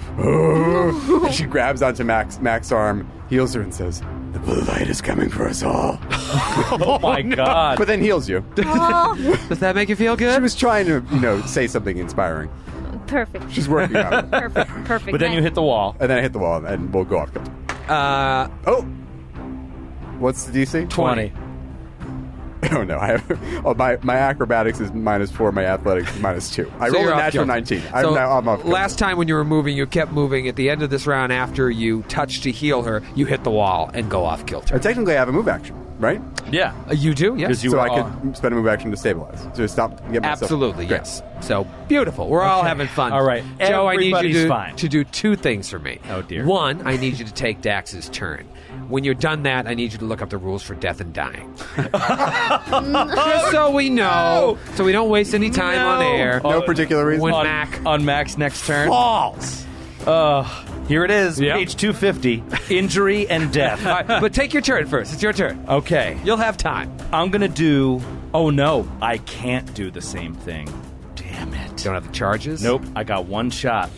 D: (laughs)
E: uh," and she grabs onto Max Max's arm, heals her, and says, "The blue light is coming for us all."
F: oh my god!
E: But then
D: (laughs)
E: heals you.
C: Oh, Does that make you feel
E: She
C: good?
E: was trying to, you know, say something inspiring.
D: Perfect.
E: She's working on
D: (laughs)
E: it.
D: Perfect. Perfect.
F: But then you hit the wall.
E: And then I hit the wall, and we'll go off.
C: Uh,
E: Oh, what's the DC?
F: Twenty.
E: (laughs) Oh no, I have. (laughs) Oh, my my acrobatics is minus four. My athletics is minus two. I
C: so
E: rolled
C: you're
E: a
C: off
E: natural
C: kilter.
E: nineteen. I'm
C: so
E: now I'm off. kilter.
C: last time when you were moving, you kept moving. At the end of this round, after you touch to heal her, you hit the wall and go off
E: Uh,
C: kilter.
E: technically, I have a move action, right?
F: Yeah,
C: Uh, you do, yes.
F: because you
E: so
F: were
E: I
F: on-
E: could spend a move action to stabilize. So stop. Get myself.
C: Absolutely,
E: Great.
C: yes. So beautiful. We're all having fun.
F: All right.
C: Joe, I need you
F: Everybody's
C: to,
F: fine.
C: to do two things for me.
F: Oh, dear.
C: One, I need you to take Dax's turn. When you're done that, I need you to look up the rules for death and dying. Just so we know, so we don't waste any time on
F: No.
C: air.
E: No particular reason.
C: Uh, When
F: on
C: Mac
F: on Mac's next turn.
C: falls.
F: Uh, here it is,
I: Yeah.
F: page 250. (laughs) Injury
C: (laughs)
F: and
C: All
F: death.
C: right, but take your turn first. It's your turn.
F: okay,
C: You'll have time.
F: I'm gonna do. Oh no, I can't do the same thing. Damn it.
C: Don't have the charges.
F: Nope, I got one shot.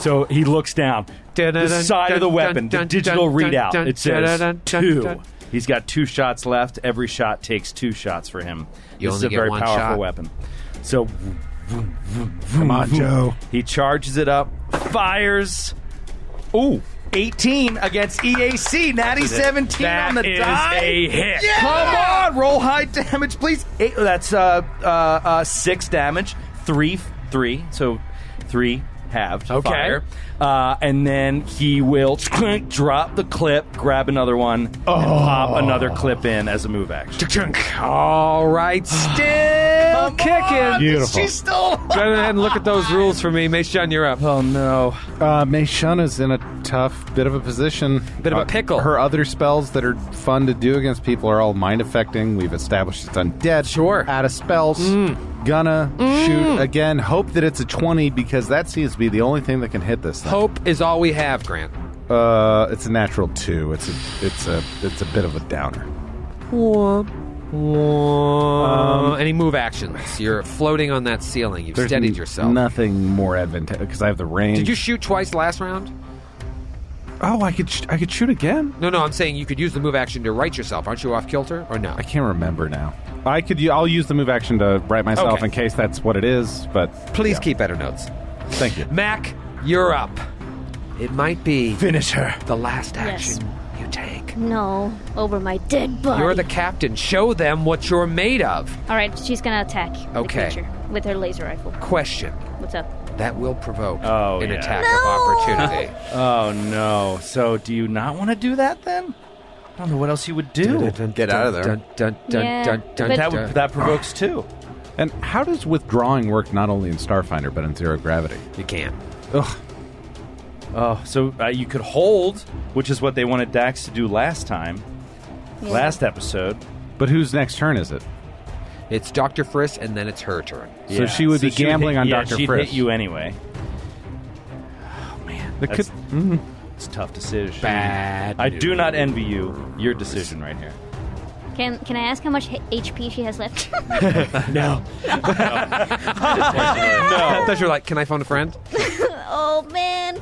F: So he looks down.
C: Dun, dun,
F: The
C: dun,
F: side of the
C: dun,
F: weapon,
C: dun,
F: the
C: dun,
F: digital
C: dun, dun,
F: readout.
C: dun, dun,
F: It says
C: dun, dun,
F: two.
C: dun.
F: He's got two shots left. Every shot takes two shots for him.
C: You
F: this is
C: only
F: a
C: get
F: very
C: one
F: powerful
C: shot.
F: weapon. So
H: Come on, Joe.
F: he charges it up, fires. Ooh, 18 against EAC. Natty 17 on the
I: is
F: die.
I: a hit.
F: Yeah! Come on, roll high damage, please. Eight, that's uh, uh, uh, six damage. Three, three. So three halved.
C: Okay.
F: Fire. Uh, and then he will (clears throat) drop the clip, grab another one, and pop another clip in as a move action.
C: All right, still kicking.
G: Beautiful.
F: still.
C: Go ahead and look at those rules for me. Mason, you're up.
F: Oh no.
G: Uh, Meishona's in a tough bit of a position.
C: Bit of a
G: Uh,
C: pickle.
G: Her other spells that are fun to do against people are all mind affecting. We've established it's undead.
C: Sure. Mm.
G: Out of spells. Gonna shoot again. Hope that it's a 20 because that seems to be the only thing that can hit this. Thing.
C: Hope is all we have, Grant.
G: Uh, it's a natural 2. It's a, it's a, it's a bit of a downer.
C: Um, any move actions? You're floating on that ceiling. You've
G: There's
C: steadied
G: n-
C: yourself.
G: Nothing more advantageous because I have the range.
C: Did you shoot twice last round?
G: oh, I could, sh- I could shoot again?
C: No, no. I'm saying you could use the move action to right yourself. Aren't you off kilter or no?
G: I can't remember now. I could. u- I'll use the move action to right myself
C: Okay.
G: in case that's what it is. But
C: Please
G: yeah.
C: keep better notes.
G: Thank you.
C: Mac, you're up. It might be
F: Finish her.
C: the last
D: Yes.
C: action you take.
D: No, over my dead body.
C: You're the captain. Show them what you're made of.
D: All right, she's gonna attack the
C: Okay.
D: creature with her laser rifle.
C: Question.
D: What's up?
C: That will provoke
F: Oh,
C: an
F: yeah.
C: attack
D: No!
C: of
G: (laughs)
C: opportunity.
F: Oh no. So do you not want to do that then? I don't know what else you would do.
E: Get out of there.
C: Dun, dun, dun,
D: Yeah,
C: dun, dun,
D: but-
F: That
C: dun.
F: would, that provokes two.
G: And how does withdrawing work not only in Starfinder but in Zero Gravity?
C: you can't.
G: Ugh.
F: Oh, so uh, you could hold, which is what they wanted Dax to do last time,
D: Yeah.
F: last episode.
G: But whose next turn is it?
C: It's Dr. Friss, and then it's her turn.
G: So she would be
F: she'd
G: gambling
F: hit-
G: on
F: yeah,
G: Dr.
F: She'd
G: Frisk.
F: hit you anyway. Oh man,
G: That
F: that's,
G: could-
F: it's a tough decision.
C: Bad
F: I do not envy you. Your decision right here.
D: Can Can I ask how much h- HP she has
F: (laughs)
D: left?
C: I thought you were like, can I phone a friend?
D: oh man.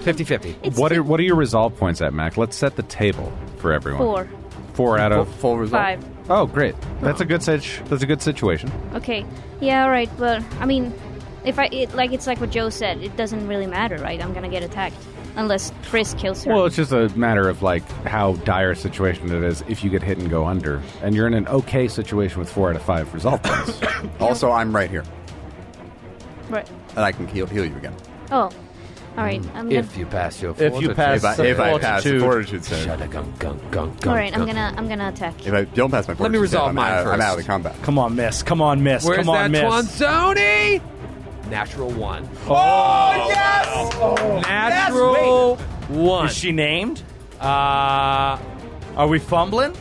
C: 50 50.
D: It's
G: What
D: fi-
G: are what are your resolve points at, Mac? Let's set the table for for everyone.
D: Four,
G: Four out
E: Full,
G: of.
E: full result.
D: five.
G: Oh, great. That's a good situ- That's a good situation.
D: Okay. Yeah, all right. But I mean, if I it, like, it's like what Joe said. It doesn't really matter, right? I'm gonna get attacked unless Chris kills her.
G: Well, it's just a matter of like how dire a situation it is if you get hit and go under, and you're in an okay situation with four out of five
C: (laughs)
G: result points.
E: Also, I'm right here,
D: right.
E: and I can heal, heal you again.
D: Oh, all right. I'm gonna.
C: If you pass your
F: Mm, If you
C: fortitude-
F: pass-
E: If I, if I pass the
F: Fortitude.
E: fortitude save,
C: Shadagunk, gunk, gunk,
D: all
C: gunk,
D: right. I'm
C: gunk.
D: gonna. I'm gonna attack.
E: if I don't pass my fortitude,
C: Let me resolve
E: save, I'm
C: mine
E: out, I'm
C: first.
E: out of the combat.
F: Come on, miss. Come on, miss.
C: Where's
F: Come on,
C: that
F: miss.
C: Twanzoni? Natural one.
F: yes!
C: Natural one.
F: Is she named?
C: uh,
F: Are we fumbling?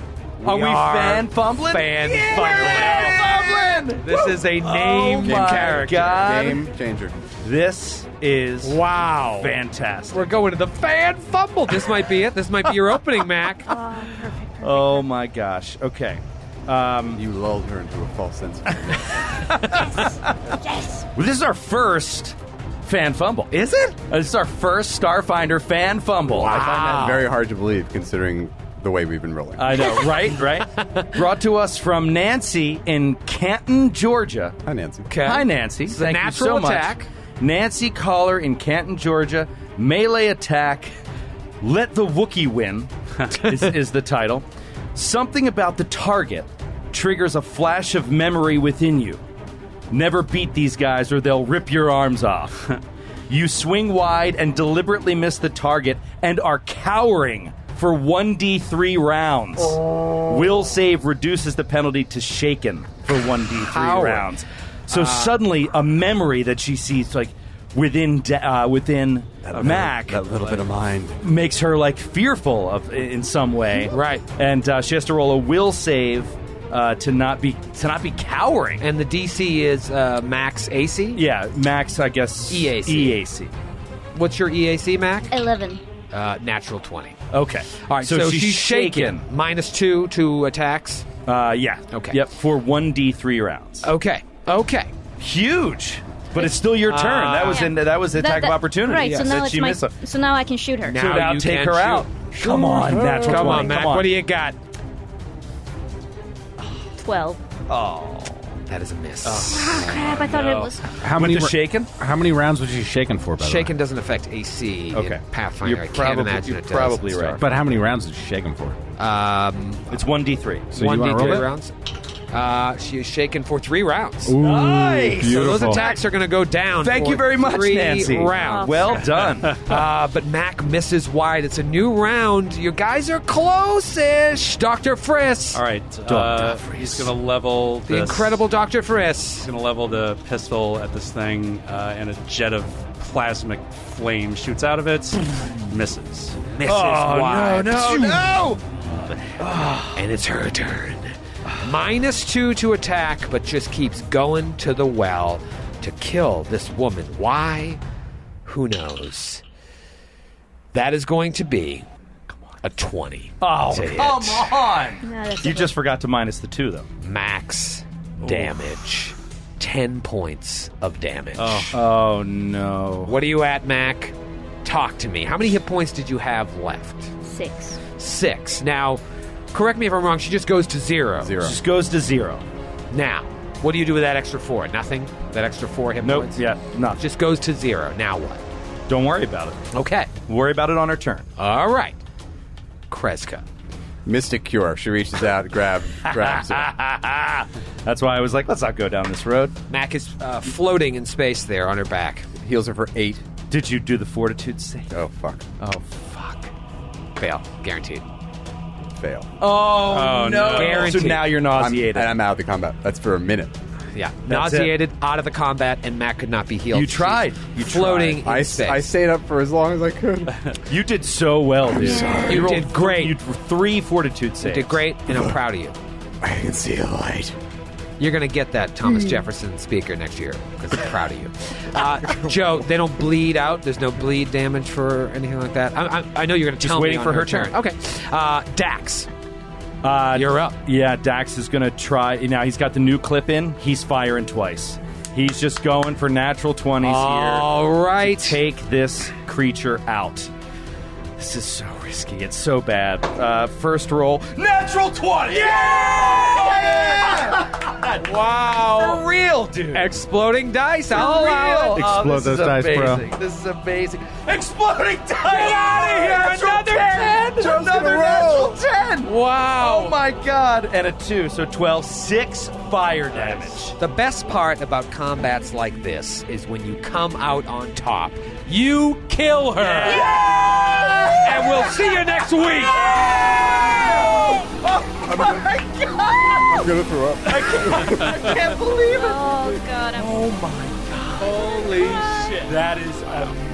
F: are we
C: are
F: fan fumbling?
C: fan
F: Yeah,
C: fumbling.
F: we're fan fumbling. Oh
C: this is a named
F: my
C: character.
F: God.
E: Game changer.
F: This is
C: Wow.
F: fantastic.
C: We're going to the fan fumble. This might be it. This might
F: (laughs)
C: be your opening, Mac.
F: Oh my gosh. Okay.
E: You lulled her into a false sense. of
F: Well, this is our first fan fumble. Is it? This is our first Starfinder fan fumble.
E: I find that very hard to believe, considering the way we've been rolling.
F: I know,
C: (laughs)
F: right? Right? Brought to us from Nancy in Canton, Georgia.
E: Hi, Nancy.
F: Hi, Nancy.
C: a
F: Thank
C: natural
F: you so
C: attack.
F: much. Nancy Collar in Canton, Georgia. Melee attack. Let the
C: (laughs)
F: Wookiee win is, is the title. Something about the target triggers a flash of memory within you. Never beat these guys or they'll rip your arms off. you swing wide and deliberately miss the target and are cowering for 1d3 rounds.
C: Oh.
F: Will save reduces the penalty to shaken for 1d3 rounds. So
C: Ah.
F: suddenly, a memory that she sees, like within da- uh, within Mac,
E: That little bit of mind.
F: makes her like fearful of in some way,
C: Right.
F: And uh, she has to roll a will save uh, to not be to not be cowering.
C: And the DC is uh, Max AC.
F: yeah, Max, I guess E
C: EAC.
F: EAC.
C: What's your EAC, Mac?
D: Eleven.
C: Uh, natural 20.
F: Okay.
C: All right, so, she's, shaken. Minus two to attacks.
F: Uh, yeah.
C: Okay. Oh,
F: Yep. For one d three rounds.
C: Okay. Okay.
F: Huge. But it's still your turn. that was
D: Yeah.
F: in, that was the
D: That-
F: attack
D: that-
F: of opportunity.
D: Right. so
F: Yes.
D: now
F: that
D: it's
F: she
D: my.
F: missed. a-
D: So now I can shoot her.
C: Now-
F: So now
C: you
F: take
C: can
F: her
C: shoot.
F: out. Come on, natural
C: Come
F: 20.
C: on, Mac. What do you got?
D: Twelve.
C: That is a miss.
D: Oh crap! I thought it was.
G: How
F: With
G: many
F: the
G: ra-
F: shaken?
G: How many rounds was she shaken for? By the way?
C: Shaken doesn't affect AC. in
F: Okay.
C: Pathfinder.
F: You're
C: I can't
F: probably-
C: imagine
F: you're
C: it does.
F: probably
C: It's
F: right.
G: But how many rounds did she shaken for?
F: It's one d three.
G: So
C: one
G: you
C: d
G: want to
C: three
G: roll
C: rounds. Uh, she is shaken for three rounds.
G: It? Ooh,
F: Nice. So
C: so
G: Beautiful.
C: those attacks are going to go down.
F: Thank
C: for
F: you very much,
C: three
F: Nancy.
C: Rounds.
F: Well done.
C: Uh, but Mac misses wide. It's a new round. You guys are close-ish. Doctor Friss,
I: All right, uh, he's gonna level
C: the
I: this-
C: incredible Doctor
I: He's
C: Friss.
I: gonna level the pistol at this thing, uh, and a jet of plasmic flame shoots out
F: (clears throat)
I: of it, misses.
C: Misses wide.
F: no, no.
C: And it's her turn. Minus two to attack, but just keeps going to the well to kill this woman. Why? Who knows? That is going to be a 20.
F: Oh,
C: to hit.
F: come on.
D: No, that's
F: You
D: okay.
F: just forgot to minus the two, though.
C: Max damage. 10 points of damage.
F: Oh, no.
C: What are you at, Mac? Talk to me. How many hit points did you have left?
D: six.
C: Six. Now, correct me if I'm wrong, she just goes to zero.
E: Zero.
F: Just goes to zero.
C: Now, what do you do with that extra four? Nothing? That extra four hit
F: Nope.
C: points?
F: Yeah, nothing.
C: Just goes to zero. Now what?
F: Don't worry about it.
C: Okay.
F: Worry about it on her turn.
C: All right. Kreska.
E: Mystic Cure. She reaches out, (laughs) grab, grabs it.
F: That's why I was like, let's not go down this road.
C: Mac is uh, floating in space there on her back.
E: Heals her for eight.
F: Did you do the fortitude save?
E: Oh, fuck.
F: Oh, fuck.
C: Fail. Guaranteed.
E: Fail.
F: Oh, no.
C: Guaranteed.
F: So now you're
E: I'm,
F: nauseated.
E: and I'm out of the combat. That's for a minute.
C: Yeah.
F: That's it.
C: Nauseated, out of the combat, and Mac could not be healed.
F: You tried.
C: She's
F: You
C: floating
E: I,
C: in
E: s-
C: space.
E: I stayed up for as long as I could.
F: you did so well, dude.
C: You
F: rolled
C: did
F: th-
C: great.
F: You d- three fortitude saves.
C: Did great, and I'm proud of you.
E: (laughs) I can see the light.
C: You're going to get that Thomas Jefferson speaker next year because I'm proud of you. Uh, Joe, they don't bleed out. There's no bleed damage for anything like that. I, I, I know you're going to
F: Just
C: tell
F: waiting
C: me on
F: for
C: her,
F: her turn.
C: Okay. Uh, Dax,
F: Uh,
C: you're up.
F: Yeah, Dax is going to try. Now he's got the new clip in. He's firing twice. He's just going Oh. for natural 20s here.
C: All right.
F: Take this creature out. This is so risky. It's so bad. Uh, first roll, natural twenty. Yeah! (laughs) wow. For real, dude.
C: Exploding dice. I'll allow it.
F: Oh,
G: Explode
F: this is
G: those dice, bro.
F: amazing. This is amazing. Exploding dice. Get out of here. Another ten. Another natural ten.
C: Wow.
F: Oh my god. And a two. So 12, six fire damage.
C: The best part about combats like this is when you come out on top. You kill her. And we'll see you next week.
E: I'm gonna throw up.
D: Oh god, I'm
F: Holy shit. That is amazing.